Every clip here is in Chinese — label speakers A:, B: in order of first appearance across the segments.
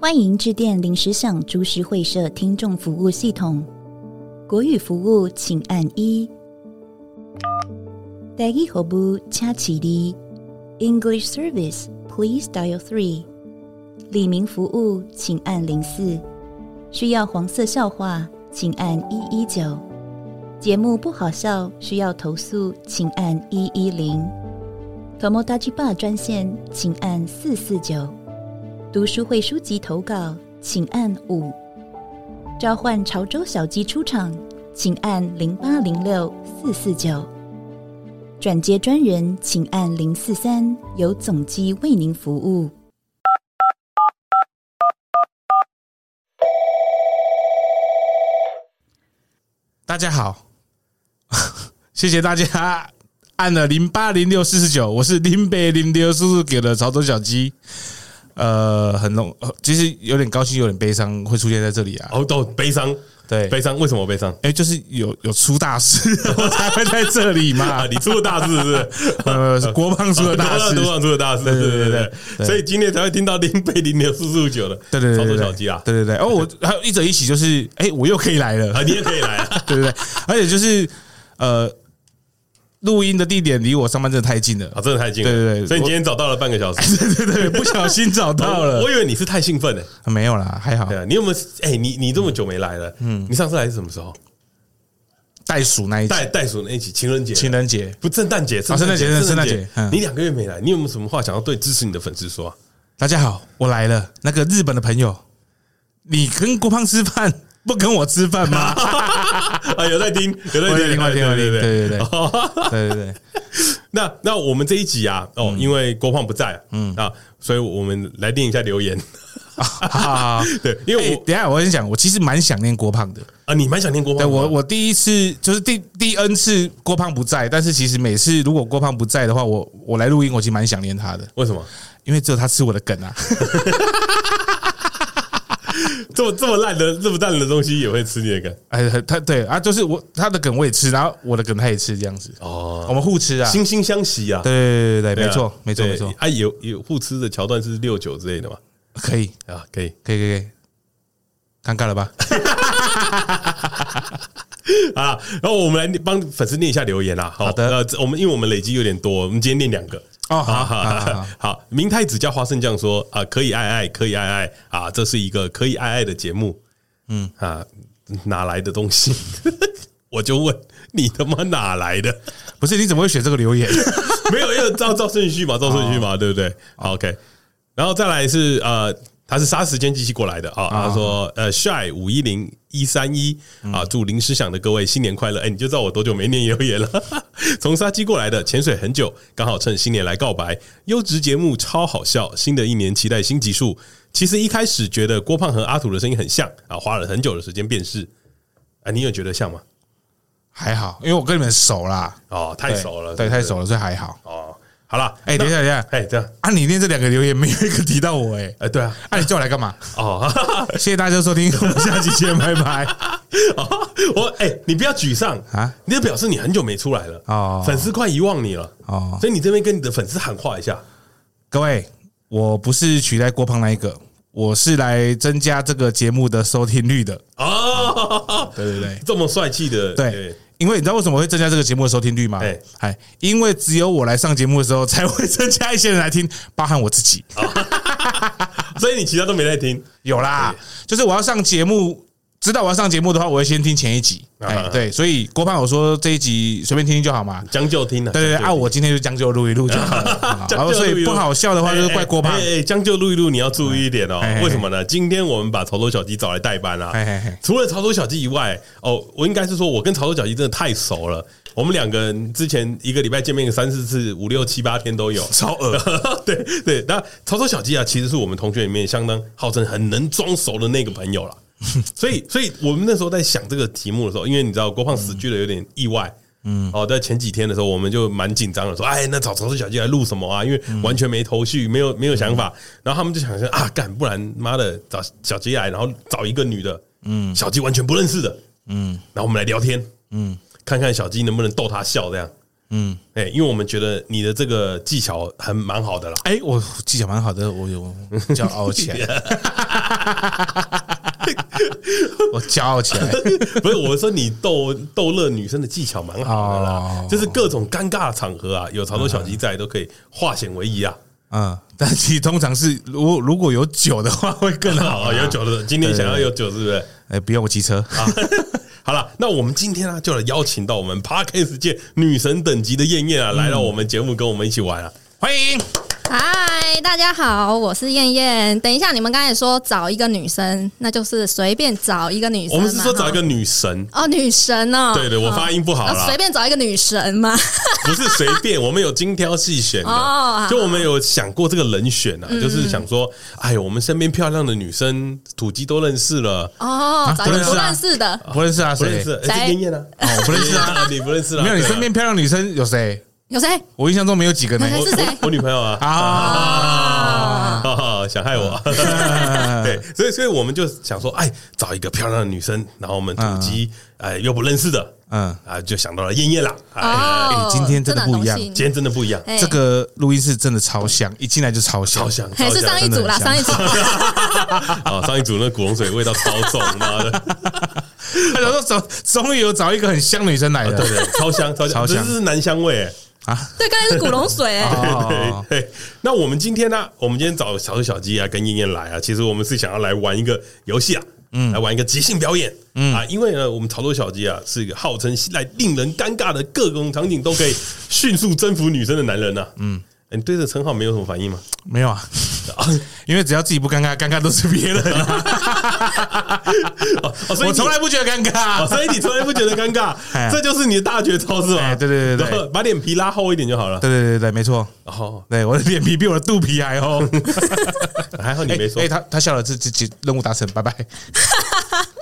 A: 欢迎致电临时想株式会社听众服务系统，国语服务请按一，台语服务请起立，English service please dial three，李明服务请按零四，需要黄色笑话请按一一九，节目不好笑需要投诉请按一一零，Tomodachi Bar 专线请按四四九。读书会书籍投稿，请按五；召唤潮州小鸡出场，请按零八零六四四九；转接专人，请按零四三，由总机为您服务。
B: 大家好， 谢谢大家按了零八零六四四九，我是林北零六四四九的潮州小鸡。呃，很荣，呃其实有点高兴，有点悲伤，会出现在这里啊。
C: 哦，都悲伤，
B: 对，
C: 悲伤，为什么悲伤？
B: 哎、就是有有出大事，我才会在这里嘛
C: 啊，。 你出了大事是不是？
B: 呃，是国 防出了大 事
C: 都，忘出了大事，
B: 对
C: 对
B: 对对
C: 对
B: 对
C: 对
B: 对
C: 对，所以今天才会听到零被零六四四五九的，
B: 对对对
C: 操
B: 对
C: 作
B: 对，
C: 小鸡啊啦，
B: 对对对。哦，我还有一者一起，就是哎、我又可以来了
C: 啊，，你也可以 来啊，
B: 对对对，而且就是呃，录音的地点离我上班真的太近了
C: 啊，，真的太近了，
B: 对对对
C: 所以你今天找到了半个小时，
B: 对对对，不小心找 到了
C: 我，以为你是太兴奋了，欸
B: 没有啦，还好
C: 对。啊，你有没有？哎，你你这么久没来了，嗯，你上次来是什么时候？
B: 袋鼠那一集，
C: 袋袋鼠那一起情人节，
B: 情人节，
C: 不圣诞节，圣
B: 圣诞节
C: 圣诞
B: 圣诞节嗯
C: 你两个月没来，你有没有什么话想要对支持你的粉丝说啊？
B: 大家好，我来了。那个日本的朋友，你跟郭胖吃饭，不跟我吃饭 吗？
C: 啊，有在听，有在
B: 我有
C: 听，哎
B: 听我有听我有听
C: 对对哦
B: 对对对
C: 对。
B: 对对对，
C: 那那我们这一集啊，
B: 嗯
C: 哦，因为郭胖不在，嗯啊，所以我们来念一下留言。
B: 好好好。
C: 对， 因为
B: 哎
C: 我
B: 等一下我先讲，我其实蛮想念郭胖的。
C: 啊，你蛮想念郭
B: 对
C: 胖的吗，
B: 我，我第一次就是第第 N 次郭胖不在，但是其实每次如果郭胖不在的话，我我来录音，我其实蛮想念他的，
C: 为什么
B: 因为只有他吃我的梗 啊。
C: 这么这么烂的这么烂的东西也会吃你的梗？
B: 哎，他对啊，就是我他的梗我也吃，然后我的梗他也吃，这样子，我
C: 哦，
B: 们互吃啊。
C: 惺惺相惜啊，
B: 对对对对，
C: 对啊，
B: 没错没错
C: 对
B: 没错，
C: 啊，有有互吃的桥段是六九之类的嘛？
B: 可以。
C: 啊，可以。
B: 可以可以，可以，尴尬了吧？
C: 啊，然后我们来帮粉丝念一下留言啦。
B: 好的
C: 呃，这我们因为我们累积有点多，我们今天念两个。
B: 哦好
C: 啊
B: 好好好
C: 好。明太子叫花生酱说啊，可以爱爱，可以爱爱啊，这是一个可以爱爱的节目。嗯啊，哪来的东西？我就问你他妈哪来的？
B: 不是，你怎么会选这个留言？
C: 没有，要照照顺序嘛，照顺序
B: 哦
C: 嘛，对不对好？OK，然后再来是呃，他是杀时间机器过来的啊，他说呃，shy 五一零一三一
B: 嗯
C: 啊，祝临时想的各位新年快乐！哎，你就知道我多久没念留言了。 从杀鸡过来的，潜水很久，刚好趁新年来告白，优质节目超好笑，新的一年期待新集数。其实一开始觉得郭胖和阿土的声音很像啊，花了很久的时间辨识。啊，你有觉得像吗？
B: 还好，因为我跟你们熟啦，
C: 哦，太熟了，
B: 对，
C: 是不
B: 太
C: 是
B: 熟了，所以还好。
C: 哦。好了，
B: 哎，等一下，等一下，
C: 哎，这样，
B: 啊，你念这两个留言，没有一个提到我，哎，
C: 哎，对啊，
B: 啊，你叫我来干 嘛？
C: 哦，
B: 谢谢大家收听，我们下期见，拜拜。
C: 哦，我哎、你不要沮丧
B: 啊
C: 啊！你就表示你很久没出来了
B: 哦
C: 粉丝快遗忘你了
B: 哦
C: 所以你这边跟你的粉丝喊话一下，
B: 各位，我不是取代郭胖那一个，我是来增加这个节目的收听率的。
C: 哦，
B: 对对对
C: 这么帅气的，
B: 对。因为你知道为什么会增加这个节目的收听率吗
C: 哎？
B: 哎，因为只有我来上节目的时候，才会增加一些人来听，包含我自己。
C: 哦所以你其他都没在听，
B: 有啦，就是我要上节目，知道我要上节目的话，我会先听前一集。
C: 啊
B: 哎，对，所以郭胖我说这一集随便听听就好嘛。
C: 将就听了，
B: 对对对，
C: 将
B: 啊，
C: 就听
B: 我今天就将就录一录就好了。啊然
C: 将
B: 后
C: 就
B: 所
C: 录一
B: 以
C: 录
B: 不好笑的话，就是怪郭胖
C: 哎。哎哎将就录一录，你要注意一点哦
B: 哎哎。
C: 为什么呢？今天我们把潮头小鸡找来代班啊
B: 哎哎哎，
C: 除了潮头小鸡以外，哦，我应该是说，我跟潮头小鸡真的太熟了。我们两个人之前一个礼拜见面个三四次，五六七八天都有，
B: 超恶
C: 对对，那潮潮小鸡啊，其实是我们同学里面相当号称很能装熟的那个朋友啦。所以，所以我们那时候在想这个题目的时候，因为你知道郭胖死去了有点意外，嗯，哦，在前几天的时候，我们就蛮紧张的，说，哎，那找潮潮小鸡来录什么啊？因为完全没头绪，没有没有想法。然后他们就想说啊，干，不然妈的找小鸡来，然后找一个女的，嗯，小鸡完全不认识的，嗯，然后我们来聊天，嗯，看看小鸡能不能逗他笑这样。嗯，哎，因为我们觉得你的这个技巧很蛮好的啦。
B: 哎、我技巧蛮好的，我有骄傲 起来，我骄傲起来。
C: 不是，我说你逗逗乐女生的技巧蛮好的啦
B: 哦，
C: 就是各种尴尬的场合啊，有潮头小鸡在都可以化险为夷啊。
B: 嗯，但其实通常是如果如果有酒的话会更 好。
C: 好啊，有酒的，今天想要有酒是不是？
B: 哎、不用我骑车，
C: 啊， 好了，那我们今天呢、就来邀请到我们 Parkes 界女神等级的燕燕啊，来到我们节目跟我们一起玩啊。
B: 欢迎。
D: 嗨，大家好，我是燕燕。等一下，你们刚才说找一个女生，那就是随便找一个女生
C: 我
D: 嘛。
C: 们是说找一个
D: 哈
C: 女神，
D: 哦，女神哦。
C: 对对，我发音不好
D: 哦
C: 啦
D: 随、，便找一个女 神嘛。
C: 不是随 便，我们有精挑细选的
D: 哦，嗯
C: 就我们有想过这个人选啊，就是想说，哎呦，我们身边漂亮的女生，土鸡都认识了，
D: 哦，找一
B: 不认
D: 个
B: 识啊
D: 不认识的。
B: 不认识啊，
C: 不认
B: 谁？
C: 识，
D: 谁
C: 哎，是燕燕啊，
B: 哦，我不认识啊。，
C: 你不认识啊，
B: 没有，你
C: 对啊
B: 身边漂亮女生有谁？
D: 有谁？
B: 我印象中没有几个呢。
D: 我是谁
C: 我我女朋友啊，
D: 哦
B: 啊
C: 啊，想害我。 对，所以所以我们就想说，哎，找一个漂亮的女生，然后我们土鸡，哎，又不认识的，
B: 嗯，
C: 啊，就想到了燕燕啦。哎，
D: 哦，
B: 今天真的
D: 很
B: 不一样
D: 荣幸
C: 今天真的不一样，
D: 哎
B: 这个录音室真的超香，一进来就超香，
C: 超香，
D: 还
C: 超
D: 是上
C: 香
D: 一组啦，
B: 真的
D: 上一
B: 很
D: 组。
C: 啊！上一组那古龙水味道超重，妈的，
B: 他想说找，终于有找一个很香的女生来
C: 哦对
B: 了
C: 对，超香，超
B: 超
C: 香，这
B: 香
C: 是男香味。哎
B: 啊！
D: 对，刚才是古 龙水。哎
B: 哦，
C: 啊对，那我们今天呢、我们今天找小猪小鸡啊，跟燕燕来啊，其实我们是想要来玩一个游戏啊，嗯，来玩一个即兴表演，嗯啊，因为呢，我们潮头小鸡啊是一个号称来令人尴尬的各种场景都可以迅速征服女生的男人呐、嗯。你对这称号没有什么 反应吗？
B: 没有 啊，因为只要自己不尴尬，尴尬都是别人啊。
C: 哦，哦所以
B: 我
C: 你
B: 从来不觉得尴
C: 哦，
B: 尬。
C: 所以你从来不觉得尴尬
B: 哎，
C: 这就是你的大绝招是吧？
B: 哎对对对对
C: 然后把脸皮拉厚一点就好了。
B: 对对对对，没错。
C: 哦，
B: 对，我的脸皮比我的肚皮还厚。
C: 还好你没说
B: 哎，哎，他他笑了，这这这任务达成， 拜拜。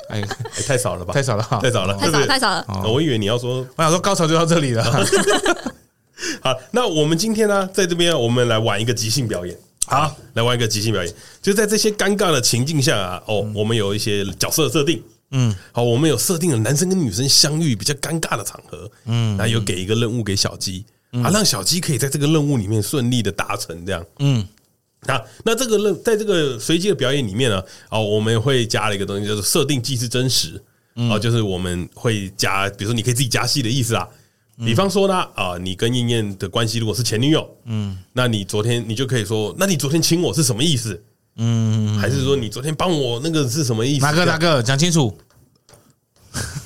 B: 哎，
C: 哎太少了吧？
B: 太少了哈
C: 太少了，
D: 太
C: 对不
D: 少了，
C: 对
D: 太少了。
C: 哦我以为你要说
B: 我想说高潮就到这里了。
C: 好，那我们今天呢、在这边我们来玩一个即兴表演。好，来玩一个即兴表演，就在这些尴尬的情境下啊，哦，我们有一些角色设定。嗯，好，我们有设定了男生跟女生相遇比较尴尬的场合，嗯，然后有给一个任务给小鸡，啊，让小鸡可以在这个任务里面顺利的达成这样，嗯，啊，那这个任在这个随机的表演里面呢，哦，我们会加了一个东西，就是设定既是真实，哦，就是我们会加，比如说你可以自己加戏的意思啊，比方说呢，啊、你跟燕燕的关系如果是前女友，嗯，那你昨天你就可以说，那你昨天亲我是什么意思？嗯，还是说你昨天帮我那个是什么意思？
B: 哪个哪个讲清楚？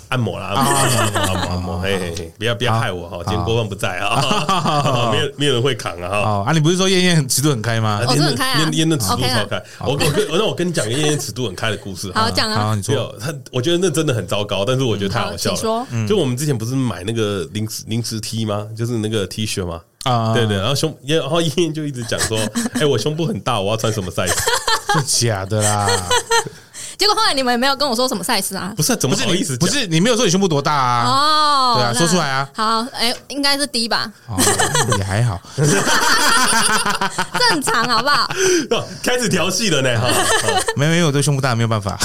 C: 按摩啦，按摩按摩按摩，嘿嘿嘿，不要不要害我哈，今天郭放不在啊，没有没有人会扛啊哈。
B: 哦啊，你不是说燕燕尺度很开吗？
D: 哦这很开啊
C: 烟的尺度
D: OK 啊
C: 超开，我我跟那我跟你讲个烟尺度很开的故事哈。
D: 好，讲
B: 好，
D: 啊。
B: 你
C: 没
B: 说
C: 有他，我觉得那真的很糟糕，但是我觉得太好笑
D: 好请说
C: 了。就我们之前不是买那个零食零食 T 吗？就是那个 T 恤吗？
B: 啊
C: 对对，然后胸，然后燕燕就一直讲说，哎，我胸部很大，我要穿什么 size？
B: 是假的啦，
D: 结果后来你们也没有跟我说什么赛事啊
C: 不。是啊，怎
B: 不
C: 么
B: 是
C: 好意
B: 你
C: 思
B: 不
C: 讲？
B: 是你没有说你胸部多大啊？
D: 哦，
B: 对啊
D: 那
B: 说出来啊
D: 好，哎，应该是 D 吧，
B: 哦，也还好，
D: 正常好不好？
C: 哦开始调戏了呢，哈，哦
B: 没有没有，我对胸部大没有办 法。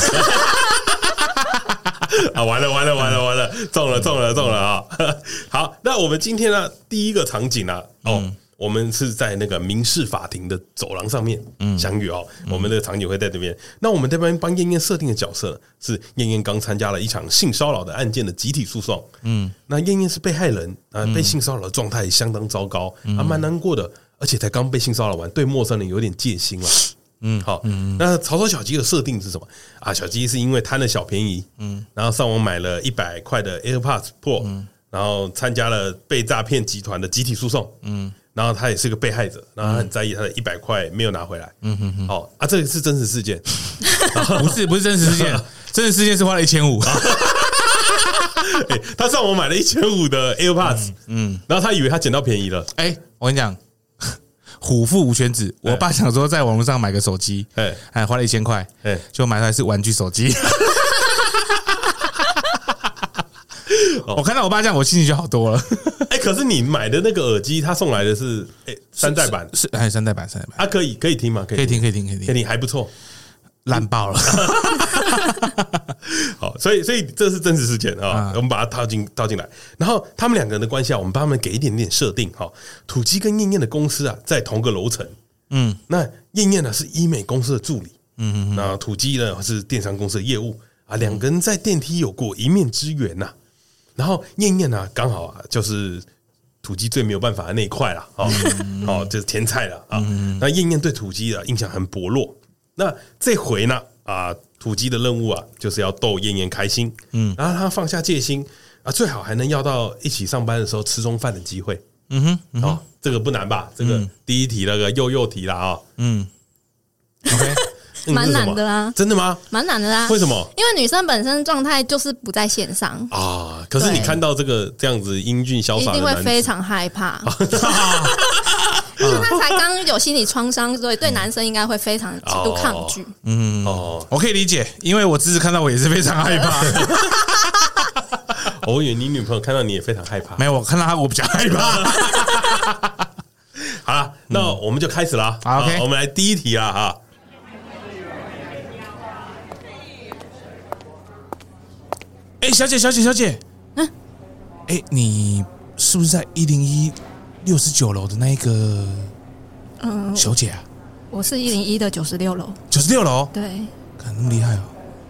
C: 啊，完了完了完了完了，中了中了中了啊！ 好，那我们今天呢，第一个场景啊，哦。我们是在那个民事法庭的走廊上面相遇哦，我们的场景会在这边。那我们这边帮燕燕设定的角色是燕燕刚参加了一场性骚扰的案件的集体诉讼，嗯，那燕燕是被害人啊，被性骚扰的状态相当糟糕，啊，蛮难过的，而且才刚被性骚扰完，对陌生人有点戒心了。嗯，好，那潮头小鸡的设定是什么啊？小鸡是因为贪了小便宜，嗯，然后上网买了一百块的 AirPods Pro，、然后参加了被诈骗集团的集体诉讼，嗯，然后他也是个被害者，然后他很在意他的一百块没有拿回来，嗯哼哼，好啊，这个是真实事件，
B: 不是不是真实事件，真实事件是花了一千五。
C: 哎他上网买了一千五的 AirPods，嗯，然后他以为他捡到便宜了，
B: 哎，我跟你讲， 虎父无犬子。我爸想说在网络上买个手机，
C: 哎
B: 哎，花了一千块，
C: 哎
B: 就买回来是玩具手 机。 我看到我爸这样，我心情就好多了。
C: 哎、可是你买的那个耳机，他送来的是哎、三代版，
B: 是哎，三代版，三代版
C: 啊，可以可以听吗？可哎
B: 可以
C: 以
B: 听，
C: 听，
B: 可以听，可以
C: 可以
B: 听。
C: 听，还不错，
B: 烂爆 了。
C: 好，所以所以这是真实事件啊
B: 啊，
C: 我们把它套进套进来。然后他们两个人的关系啊，我们帮他们给一点点设定哈。土鸡跟燕燕的公司啊，在同个楼层。嗯，那燕燕呢是医美公司的助理，嗯嗯，那土鸡呢是电商公司的业务啊，两个人在电梯有过一面之缘呐、然后燕燕呢，刚好啊就是土鸡最没有办法的那一块啦，哦，哦，就是甜菜了啊。那燕燕对土鸡啊的印象很薄弱。那这回呢，啊，土鸡的任务啊，就是要逗燕燕开心，嗯，然后他放下戒心啊，最好还能要到一起上班的时候吃中饭的机会。嗯哼，哦，这个不难吧？这个第一题那个又又题啦啊，
B: 嗯，OK，
C: 嗯
D: 蛮
C: 是什么
D: 难的啊
C: 真的吗？
D: 蛮难的啦。
C: 为什么？
D: 因为女生本身状态就是不在线上，
C: 啊！可是你
D: 对
C: 看到这个这样子英俊潇
D: 一
C: 洒的
D: 定会
C: 男
D: 非
C: 子，
D: 常 害怕。 因为他才刚有心理创伤，所以对男生应该会非常极度抗拒。
C: 哦，
B: 我可以理解，因为我侄子看到我也是非常害怕。
C: 哎 我以为你女朋友看到你也非常害 怕
B: 没。有，我看到他我比较害 怕。
C: 好了，那我们就开始了
B: 嗯好
C: 啊。
B: ，OK
C: 我们来第一题啊哈。
B: 哎、小姐，小姐，小姐，嗯，哎、你是不是在一零一六十九楼的那一个
D: 嗯，
B: 小姐啊？
D: 我是一零一的九十六楼，
B: 九十六楼，
D: 对，
B: 看那么厉害哦。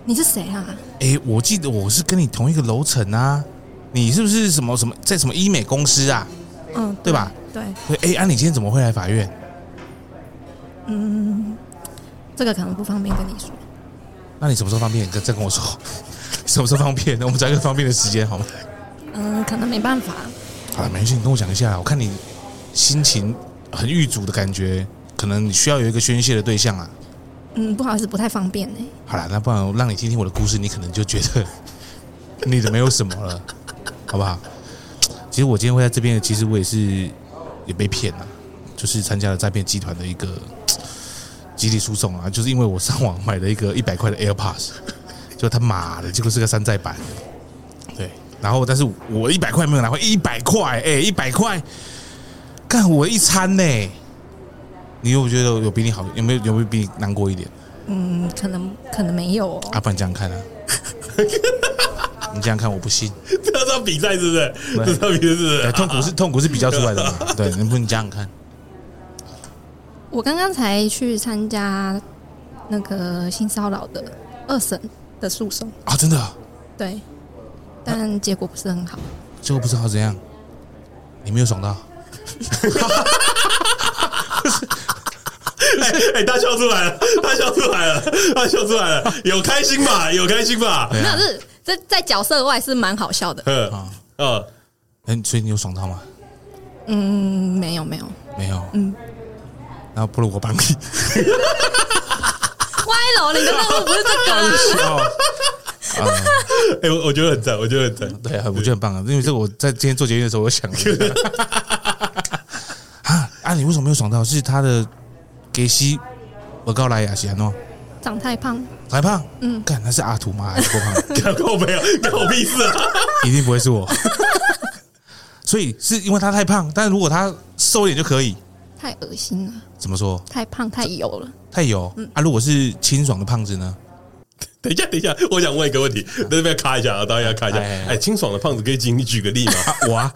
D: 你是谁啊？
B: 哎、我记得我是跟你同一个楼层啊，你是不是什么什么在什么医美公司啊？
D: 嗯，
B: 对吧？
D: 对，
B: 对，哎、啊，你今天怎么会来法院？
D: 这个可能不方便跟你说。
B: 那你什么时候方便？你再再跟我说， 什么时候方便？我们找一个方便的时间好吗？
D: 嗯，可能没办法。
B: 好了，没事，你跟我讲一下，我看你心情很郁卒的感觉，可能你需要有一个宣泄的对象啊。
D: 嗯，不好意思，不太方便欸呢、
B: 好了，那不然我让你听听我的故事，你可能就觉得 你的没有什么了，好不好？其实我今天会在这边，其实我也是也被骗了，就是参加了诈骗集团的一个集体诉讼啊，就是因为我上网买了一个一百块的 AirPods，就他妈的，结果是个山寨版，对，然后但是我一百块没有拿回，一百块，哎，一百块，干我一餐呢、你有没有觉得有比你好？有没有有没有比你难过一点？
D: 嗯，可能可能没有哦。
B: 阿不然你这样 看啊，你这样看我不信。
C: 这是要比赛是不是？
B: 对
C: 这是要比赛
B: 对，
C: 是不是？
B: 呃痛苦是痛苦是比较出来的嘛？啊 对，能不能这样看？
D: 我刚刚才去参加那个性骚扰的二审的诉讼，
B: 啊，真的，
D: 对，但结果不是很好。
B: 结果不知道怎样，你没有爽到，
C: 哎哎，他笑出来了，他笑出来了，他笑出来了，有开心吧？有开心吧？
B: 对
D: 没
B: 啊
D: 有，是这在角色外是蛮好笑的。
C: 嗯
B: 啊
C: 啊，
B: 嗯，所以你有爽到吗？
D: 嗯，没有没有。
B: 没有，嗯，然后不如我 帮你，
D: 歪楼，你的任务不是这个、啊。
B: 哦
C: 哎，我我觉得很赞，我觉得很赞。
B: 啊对，我觉得很棒啊，因为这个我在今天做节目的时候，我想了一下 啊啊，你为什么没有爽到？是他的给西我高来亚西安诺
D: 长太胖，
B: 还胖，嗯，
D: 嗯
B: 看他是阿图吗？还是郭胖？
C: 干跟我没有，干我屁事啊！
B: 一定不会是我。所以是因为他太胖，但如果他瘦一点就可以。
D: 太恶心了，
B: 怎么说？
D: 太胖太油了。
B: 太油、啊！如果是清爽的胖子呢？
C: 等一下，等一下，我想问一个问题，在这边卡一下啊，大家卡一下。
B: 哎哎哎
C: 哎，清爽的胖子可以请你举个例 吗？
B: 啊，我啊，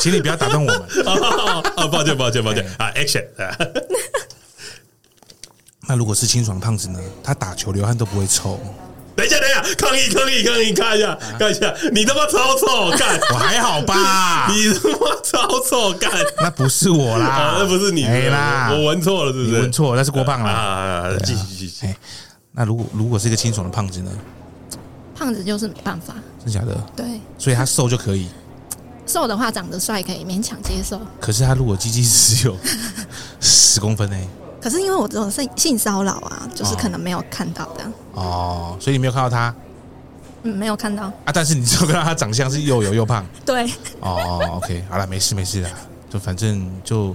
B: 请你不要打断我们。
C: 啊，啊抱歉，抱歉，抱歉
B: 哎
C: 啊！Action！啊
B: 那如果是清爽胖子呢？他打球流汗都不会臭。
C: 等一下，等一下，抗议，抗议，抗议！看一下，看一下，你他妈超臭，干！
B: 我还好吧？
C: 你他妈超臭，干！
B: 那不是我啦，
C: 啊，那不是你，
B: 哎啦，
C: 我闻错了，是不
B: 你
C: 是？
B: 闻错，那是郭胖
C: 啊
B: 啦。
C: 啊！啊继续，继续。
B: 哎，那如果如果是一个清爽的胖子呢？
D: 胖子就是没办法，
B: 真假的？
D: 对，
B: 所以他瘦就可以，
D: 瘦的话长得帅可以勉强接受，
B: 可是他如果鸡鸡只有十公分呢、
D: 可是因为我这种性性骚扰啊，就是可能没有看到这样，
B: 哦，所以你没有看到他
D: 嗯，没有看到，
B: 啊，但是你只有看到他长相是又油又胖。
D: 对，
B: 哦，OK，好了，没事没事啦，就反正就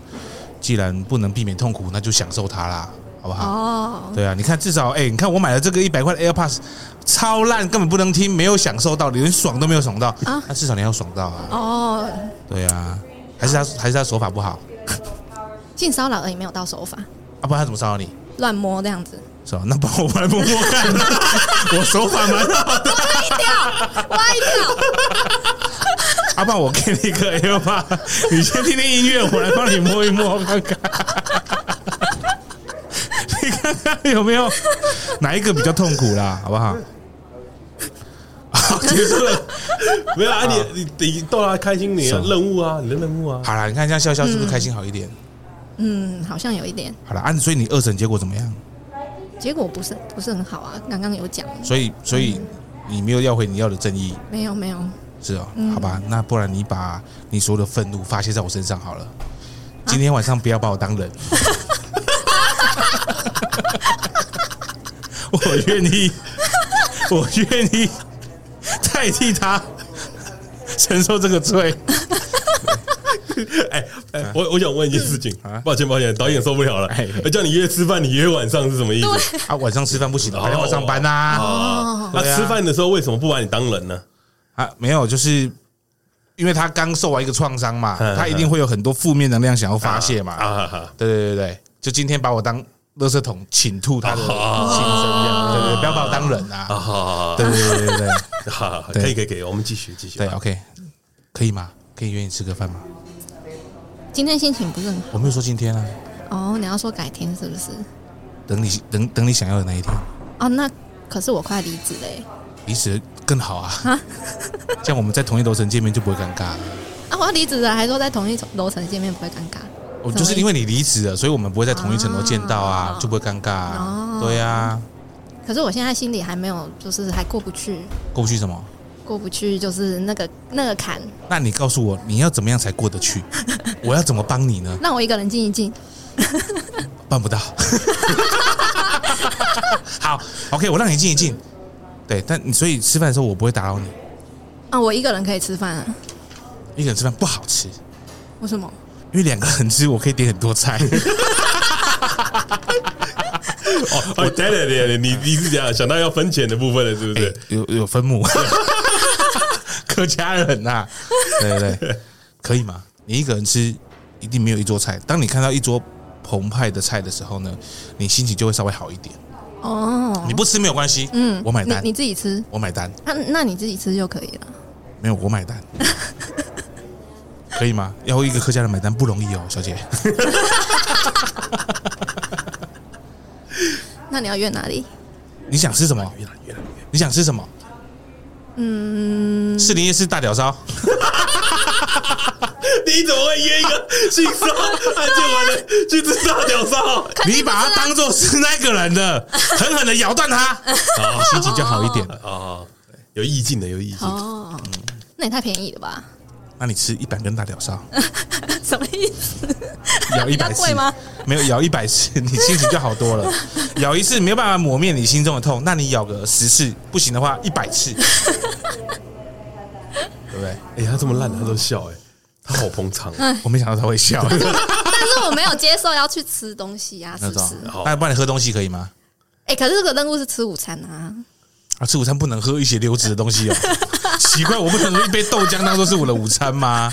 B: 既然不能避免痛苦，那就享受它啦，好不好？
D: 哦，
B: 对啊，你看至少哎、你看我买了这个一百块的 AirPods，超烂，根本不能听，没有享受到，连爽都没有爽到啊
D: 啊。
B: 那至少你要爽到啊，
D: 哦，
B: 对啊，还是他还是他手法不好，
D: 性骚扰而已，没有到手法，
B: 啊，不然他怎么骚扰你？
D: 乱摸这样子，
B: 是吧？那帮我来摸摸 看，我手法蛮好的，
D: 歪掉，歪掉，
B: 啊，不然我给你一个 L 吧， 你先听听音乐，我来帮你摸一摸看 看，你看看有没有哪一个比较痛苦啦，好不好？
C: 结束了，没有啊？你你你逗他开心，你的
B: 什么
C: 任务啊，你的任务啊，
B: 好啦，你看这样笑笑是不是开心好一点？
D: 嗯，好像有一点，
B: 好了，啊，所以你二审结果怎么样？
D: 结果不是不是很好啊。刚刚有讲，
B: 所以，所以你没有要回你要的正义，
D: 没有没有，
B: 是哦，好吧，那不然你把你所有的愤怒发泄在我身上好了。今天晚上不要把我当人， 我愿意，我愿意代替他承受这个罪。
C: 哎，哎我我想问一件事情
B: 啊，
C: 抱歉抱歉，导演受不了了
B: 哎，
C: 哎叫你约吃饭，你约晚上是什么意思？
B: 啊，晚上吃饭不行
C: 哦
B: 了，白天要上班呐、
C: 啊，那
B: 对啊
C: 吃饭的时候为什么不把你当人呢？
B: 啊。啊，没有，就是因为他刚受完一个创伤嘛，
C: 嗯
B: 他一定会有很多负面能量想要发泄嘛。
C: 啊哈哈，
B: 对对对对，就今天把我当垃圾桶，请吐他的心
C: 哦
B: 声，这样对对，不要把我当人
C: 啊
B: 啊！
C: 哈
B: 哦对对对对对
C: 哈，可以可以可以，我们继续继续
B: 对。，OK，可以吗？可以约你吃个饭吗？
D: 今天心情不是很好
B: 我没有说今天啊，
D: 哦。你要说改天是不是？
B: 等你等等你想要的那一天，
D: 哦，那可是我快离职嘞。
B: 彼此更好 啊。这样我们在同一楼层见面就不会尴尬了。
D: 啊，我要离职了，还说在同一楼层见面不会尴尬。
B: 我就是因为你离职了，所以我们不会在同一层楼见到啊
D: 哦，
B: 就不会尴尬啊。
D: 哦
B: 对啊，
D: 可是我现在心里还没有，就是还过不去，
B: 过不去什么？
D: 过不去就是那个那个坎，
B: 那你告诉我你要怎么样才过得 去？我要怎么帮你呢？
D: 让我一个人静一静。
B: 办不 到。好，OK，我让你静一静。对，但你所以吃饭的时候我不会打扰你，
D: 啊，我一个人可以吃饭、啊，
B: 一个人吃饭不好吃，因
D: 为什么？
B: 为两个人吃我可以点很多菜。
C: 哦，哦，对对对，你你是这样想到要分钱的部分了，是不
B: 对
C: 是？，
B: 有有分母， 客家人呐、对对对，可以吗？你一个人吃一定没有一桌菜，当你看到一桌澎湃的菜的时候呢，你心情就会稍微好一点。
D: 哦，
B: 你不吃没有关系，嗯，我买单
D: 你，你自己吃，
B: 我买单，
D: 那、那你自己吃就可以了。
B: 没有我买单，可以吗？要一个客家人买单不容易哦，小姐。
D: 那你要约哪里？
B: 你想吃什么？
C: 越来越来越
B: 你想吃什么？嗯，士林夜市大屌烧，
C: 你怎么会约一个 性骚案件完了 去吃大屌烧？
B: 你把它当做是那个人 的，狠狠的咬断它，哦心情就好一点了。
C: 啊，有意境的，有意境。
D: 哦，那也太便宜了吧？
B: 那你吃一百根大屌烧，
D: 什么意思？
B: 咬一
D: 比
B: 百
D: 较
B: 次
D: 贵吗？
B: 没有，咬一百次，你心情就好多了。咬一次没有办法抹灭你心中的痛，那你咬个十次，不行的话一百 次，对不对？
C: 哎，他这么烂，他都笑，哎，他好捧场。啊
B: 我没想到他会 笑，
D: 但是我没有接受要去吃东西啊，
B: 那
D: 是不
B: 种
D: 是？。
B: 那不然你喝东西可以吗？
D: 哎、可是这个任务是吃午餐啊，
B: 啊，吃午餐不能喝一些流质的东西哦。 奇怪，我不能喝一杯豆浆当做是我的午餐吗？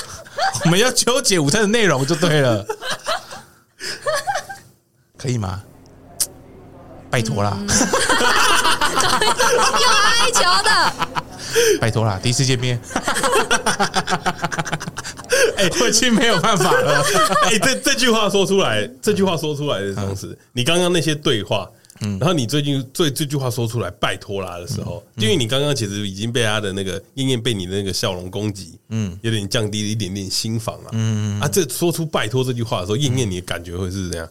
B: 我们要纠结午餐的内容就对了，可以吗？拜托啦，
D: 有哀求的。
B: 拜托啦，第一次见面， 哎、我已经没有办法了。
C: 哎，这这句话说出来，这句话说出来的同时，你刚刚那些对话，然后你最近最这句话说出来“拜托啦”的时候，因为你刚刚其实已经被他的那个燕燕被你的那个笑容攻击，嗯，有点降低了一点点心防啊，嗯啊，这说出“拜托”这句话的时候，燕燕你的感觉会是怎样？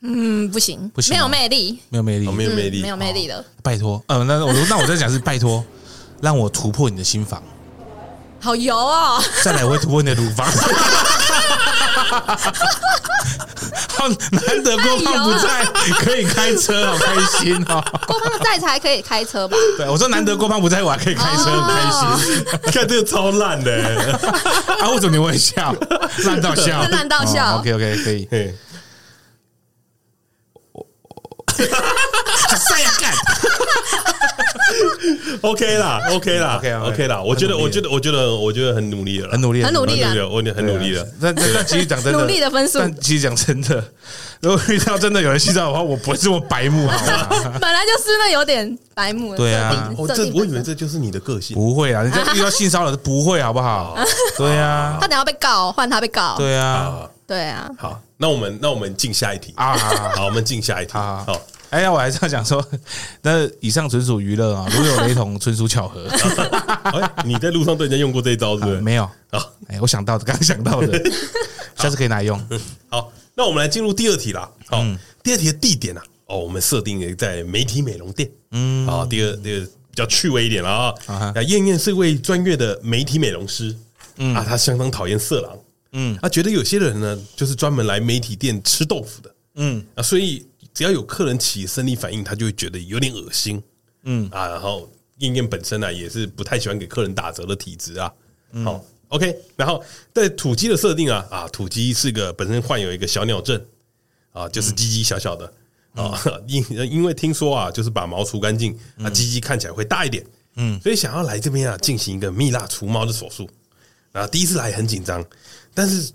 D: 嗯，不行，
B: 不行啊
D: 没有魅力，
B: 没有魅力，
C: 哦没有魅力
D: 嗯没有魅力的。
B: 拜托，嗯、那我那我在讲是拜托，让我突破你的心房，
D: 好油 哦，
B: 再来我会突破你的乳房。好哦难得郭胖不在，可以开车，好开心哦！
D: 郭胖在才可以开车吧？
B: 对我说难得郭胖不在，我还可以开车，很开心。
C: 看这个超烂的、欸，
B: 啊，为什么你会笑？烂到笑，
D: 烂到笑
B: OK OK，可以。
C: 嘿
B: 塞呀干！
C: OK 啦，OK 啦
B: OK，OK
C: ，OK 啦，我觉得，我觉得，我觉得，我觉得很努力了啦，
B: 很努力，
D: 很努力
C: 很
D: 啦
C: 了，我很
B: 对
C: 努
B: 啊
C: 力了。
B: 但但但其实讲真的，
D: 努力的分数
B: 但其实讲真的，如果遇到真的有人洗澡的话，我不会这么白目，好吗？
D: 本来就是那有点白目的
B: 对啊
D: 设定
C: 哦，
D: 设
C: 这
D: 定
C: 我
D: 本
C: 以为
D: 身
C: 这就是你的个性，
B: 不会啊，人家遇到性骚扰是不会，好不好？ 对啊
D: 他，等下被告，换他被告，
B: 对啊，
C: 啊。
D: 对啊，
C: 好，那我们那我们进下一题。
B: 啊。
C: 好，我们进下一题。
B: 好
C: 好，
B: 哎呀，我还是要讲说，那以上纯属娱乐啊，如有雷同，纯属巧 合。
C: 哎，你在路上对人家用过这一招是不
B: 啊
C: 是？
B: 没有，
C: 好，
B: 哎，我想到的，刚刚想到的， 下次可以拿来用。
C: 好，那我们来进入第二题啦。好，第二题的地点啊，哦，我们设定了在媒体美容店。嗯，好，第二第二比较趣味一点了啊。
B: 啊哈
C: 啊，燕燕是一位专业的媒体美容师，啊，她相当讨厌色狼。嗯，她觉得有些人呢，就是专门来媒体店吃豆腐的。嗯，啊，所以只要有客人起生理反应，她就会觉得有点恶心。嗯啊，然后燕燕本身呢、啊也是不太喜欢给客人打折的体质啊。好、o k 然后在土鸡的设定啊啊，土鸡是个本身患有一个小鸟症啊，就是鸡鸡小小的啊， 因、因为听说啊，就是把毛除干净啊，鸡鸡看起来会大一点，嗯，所以想要来这边啊进行一个蜜蜡除毛的手术。啊，第一次来很紧张，但是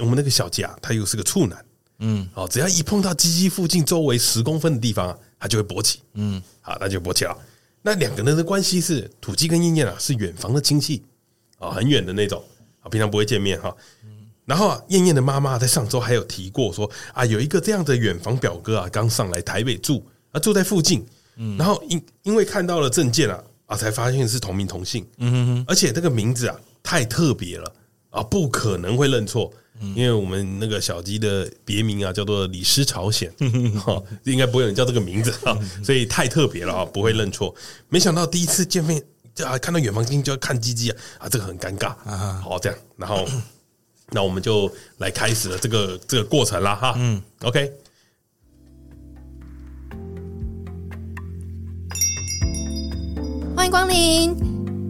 C: 我们那个小姐啊，她又是个处男，嗯，哦，只要一碰到鸡鸡附近周围十公分的地方啊，她就会勃起，嗯，好，那就勃起了。那两个人的关系是土鸡跟燕燕啊，是远房的亲戚啊、很远的那种啊，平常不会见面哈、然后啊，燕燕的妈妈在上周还有提过说啊，有一个这样的远房表哥啊，刚上来台北住啊，住在附近。然后因因为看到了证件啊啊，才发现是同名同姓。而且这个名字啊太特别了啊，不可能会认错。因为我们那个小鸡的别名啊，叫做李斯朝 鲜，哈，应该不会有人叫这个名字啊，所以太特别了啊，不会认错。没想到第一次见面啊，看到远方亲就要看鸡鸡啊，啊，这个很尴尬啊。好，这样，然后 那我们就来开始了这个这个过程啦，哈。嗯，OK，
D: 欢迎光临，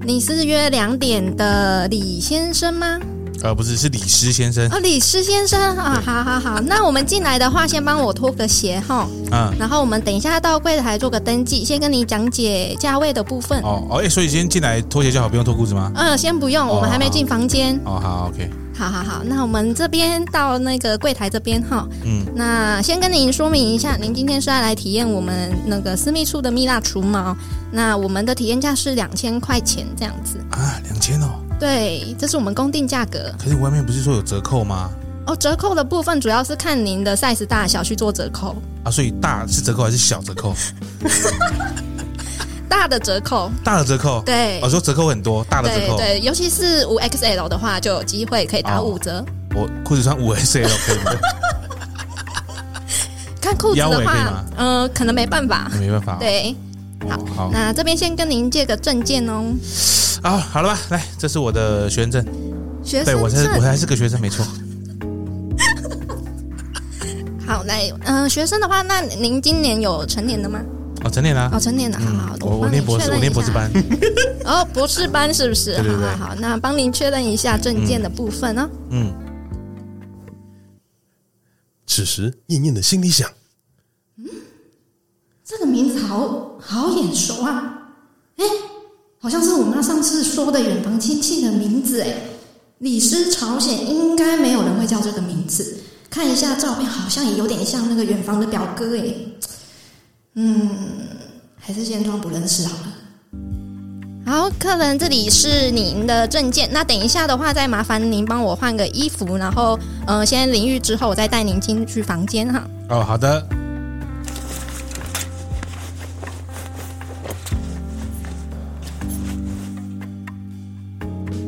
D: 你是约两点的李先生吗？
B: 呃，不是，是李师先生
D: 啊，李师先生啊，好好好，那我们进来的话，先帮我脱个鞋哈，
B: 啊。
D: 然后我们等一下到柜台做个登记，先跟你讲解价位的部分。
B: 哦哦，哎，所以今天进来脱鞋就好，不用脱裤子吗？
D: 嗯、先不用，我们还没进房间。
B: 哦，好，OK，
D: 好好好，那我们这边到那个柜台这边哈，嗯，那先跟您说明一下，您今天是要来体验我们那个私密处的蜜蜡除毛，那我们的体验价是两千块钱这样子，
B: 啊，两千哦。
D: 对，这是我们公定价格
B: 可是外面不是说有折扣吗？
D: 哦。折扣的部分主要是看您的 size 大小去做折扣，
B: 啊，所以大是折扣还是小折扣？
D: 大的折扣，
B: 大的折扣。
D: 对
B: 我、说折扣很多，哦大的折
D: 对
B: 扣。
D: 对，尤其是五 XL 的话，就有机会可以打
B: 哦
D: 五折。
B: 我裤子穿五 S L 可以 吗？
D: 看裤子
B: 腰围可
D: 的
B: 以
D: 话
B: 吗，
D: 呃，可能没办法，
B: 没办法。
D: 对。
B: 哦，好
D: 那这边先跟您借个证件哦，
B: 啊，好了吧，来，这是我的学生证。
D: 学
B: 对
D: 生
B: 我是
D: 证
B: 我。还是个学生，没错。
D: 好，那嗯、呃学生的话，那您今年有成年的吗？
B: 哦，成年啦、
D: 哦，成年的，好好，好
B: 我我
D: 帮
B: 念
D: 您
B: 博
D: 确
B: 士，我
D: 认一
B: 念
D: 下
B: 博士。 班。
D: 哦，博士班是不是？
B: 对对对
D: 好好好，那帮您确认一下证件的部分哦。
B: 嗯，
C: 此时燕燕的心里想。
E: 这个名字好好眼熟啊！哎，好像是我妈上次说的远房亲戚的名字哎。李师朝鲜应该没有人会叫这个名字。看一下照片，好像也有点像那个远房的表哥哎。嗯，还是先装不认识好了。
D: 好，客人，这里是您的证件。那等一下的话，再麻烦您帮我换个衣服，然后呃，先淋浴之后，我再带您进去房间哈。
B: 哦，好的。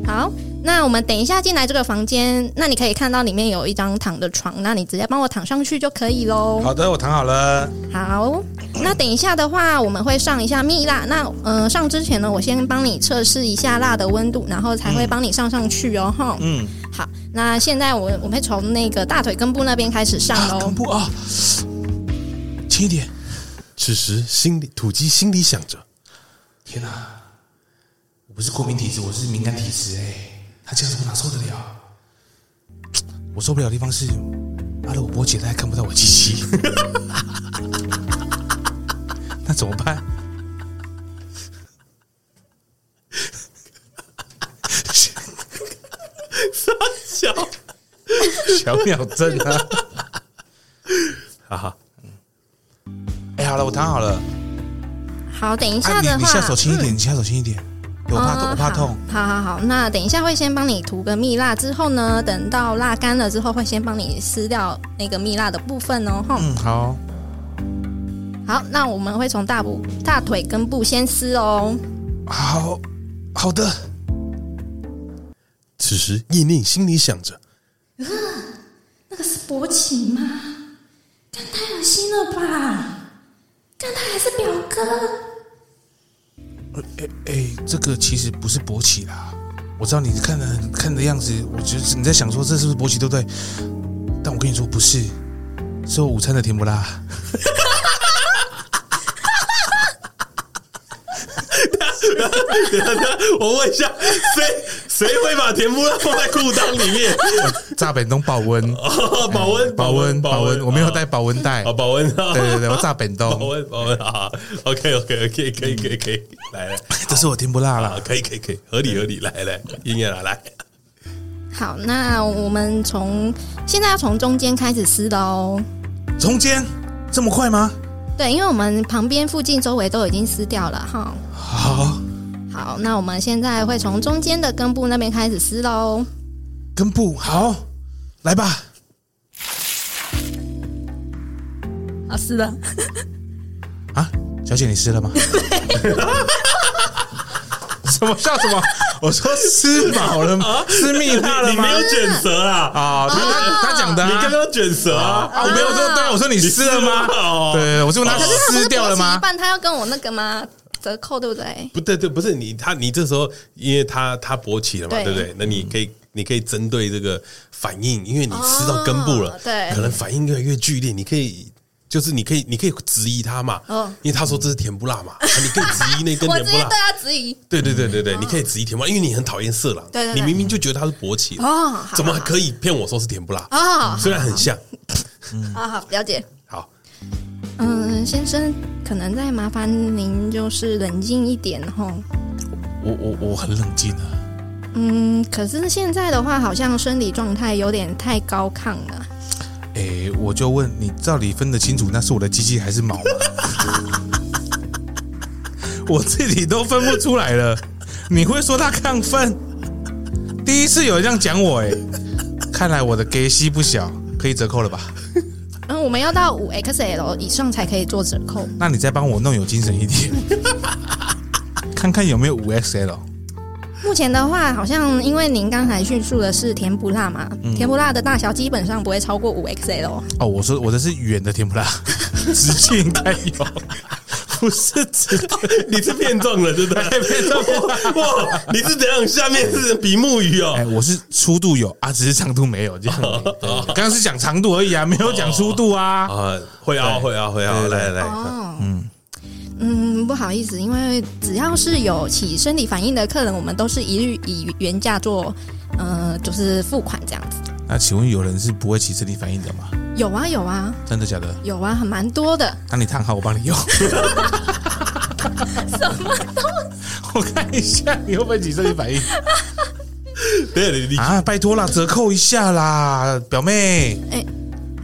D: 好，那我们等一下进来这个房间，那你可以看到里面有一张躺的床，那你直接帮我躺上去就可以喽。
B: 好的，我躺好了。
D: 好，那等一下的话，我们会上一下蜜蜡。那呃，上之前呢，我先帮你测试一下蜡的温度，然后才会帮你上上去哦。哈、
B: 嗯，
D: 好，那现在我我们会从那个大腿根部那边开始上
B: 啊，
D: 喽
B: 根。部啊，轻一点。
C: 此时心里土鸡心里想着，
B: 天哪、我不是过敏体质，我是敏感体质哎、他这样子我哪受得了？我受不了的地方是，妈的，我波姐她还看不到我鸡鸡， 那怎么办？ 小秒针啊！
C: 哈哈，
B: 哎，好了，我躺好了。
D: 好，等一
B: 啊，
D: 下
B: 你
D: 的
B: 你
D: 话，嗯
B: 下手轻一点，你下手轻一点，我怕痛，
D: 哦
B: 我怕痛。。
D: 好好好好，那等一下会先帮你涂个蜜蜡，之后呢，等到蜡干了之后，会先帮你撕掉那个蜜蜡的部分哦。吼、
B: 嗯，好，
D: 好，那我们会从大部大腿根部先撕哦。
B: 好，好的。
C: 此时叶念心里想着，
E: 那个是勃起吗？干太恶心了吧！干他还是表哥，
B: 哎哎，这个其实不是勃起啦，我知道你看的看的样子，我觉得你在想说这是不是勃起，对不对？但我跟你说不是，是我午餐的甜不 辣。
C: 我问一下，谁谁会把甜不辣放在裤裆里面？
B: 炸本东保温，
C: 哦保温，
B: 保温，保温，我没有带保温袋
C: 啊，。保温啊，
B: 对对 对，我炸本
C: 保
B: 东，
C: 温，保温啊，OK OK OK，可以可以可以，来来
B: 这是我甜不辣
C: 啊
B: 啦，。
C: 可以可以可以，合理合理，来来，音乐来来，
D: 好，那我们从现在要从中间开始撕的哦。
B: 中间这么快吗？
D: 对，因为我们旁边附近周围都已经撕掉了哈。
B: 好，
D: 好，那我们现在会从中间的根部那边开始撕喽。
B: 根部好，来吧。
D: 好，撕了。
B: 啊，小姐，你湿了吗？ 什么叫什么？我说湿饱了吗？湿蜜蜡了
C: 你
B: 吗
C: 没？有卷舌啦，
B: 啊，他他他讲的
C: 你
B: 啊，
C: 刚刚卷舌啊，
B: 啊，我没有说，对啊，我说你湿了
C: 你湿了
B: 吗
C: 哦？
B: 对，我就问他
D: 可是他不是
B: 湿掉了
D: 勃起
B: 吗
D: 一？半，他要跟我那个吗？折扣对不对？
C: 不对，对，不是你他你这时候，因为他他勃起了嘛，
D: 对
C: 对不对？那你可以你可以针对这个反应，因为你吃到根部了
D: 哦，对
C: 可能反应越来越剧烈，你可以。就是你可以，你可以质疑他嘛，
D: 哦
C: 因为他说这是甜不辣嘛，啊你可以质疑那根
D: 我
C: 甜
D: 直
C: 不
D: 接
C: 辣
D: 对，他质疑。
C: 对对对对对，你可以质疑甜不辣，因为你很讨厌色狼，
D: 对对对
C: 你明明就觉得他是勃起了，
D: 哦，好
C: 怎么可以骗我说是甜不辣？
D: 哦，
C: 虽然很像，
D: 好好了解。
C: 好，
D: 嗯，先生，可能再麻烦您就是冷静一点吼。
B: 我我我很冷静啊，
D: 嗯，可是现在的话，好像生理状态有点太高亢了。
B: 哎，我就问你，到底分得清楚那是我的鸡鸡还是毛吗？啊我自己都分不出来了，你会说他亢奋？第一次有人这样讲我，哎，看来我的 gay 息不小，可以折扣了吧？
D: 嗯，我们要到五 XL 以上才可以做折扣。
B: 那你再帮我弄有精神一点，看看有没有五 XL。
D: 目前的话，好像因为您刚才叙述的是甜不辣嘛，甜不辣的大小基本上不会超过五 XL。
B: 哦，我说我这是圆的甜不辣，直径应该有，不是直的。
C: 你是片中了，对不对？
B: 骗中了
C: 哇，你是怎样？下面是比目鱼哦
B: 哎，，我是粗度有啊，只是长度没有这样。对刚刚是讲长度而已啊，没有讲粗度啊。
C: 啊，会啊，会啊，会啊，
B: 对对
C: 来
B: 对
C: 来来，
D: 哦，嗯嗯，不好意思，因为只要是有起生理反应的客人，我们都是一律以原价做，呃，就是付款这样子。
B: 那请问有人是不会起生理反应的吗？
D: 有啊，有啊，
B: 真的假的？
D: 有啊，很蛮多的。
B: 那你烫好，我帮你用。什么东 西？我看一下你会不会起生理反应
C: 对，你你
B: 啊！拜托啦，折扣一下啦，表妹。
D: 哎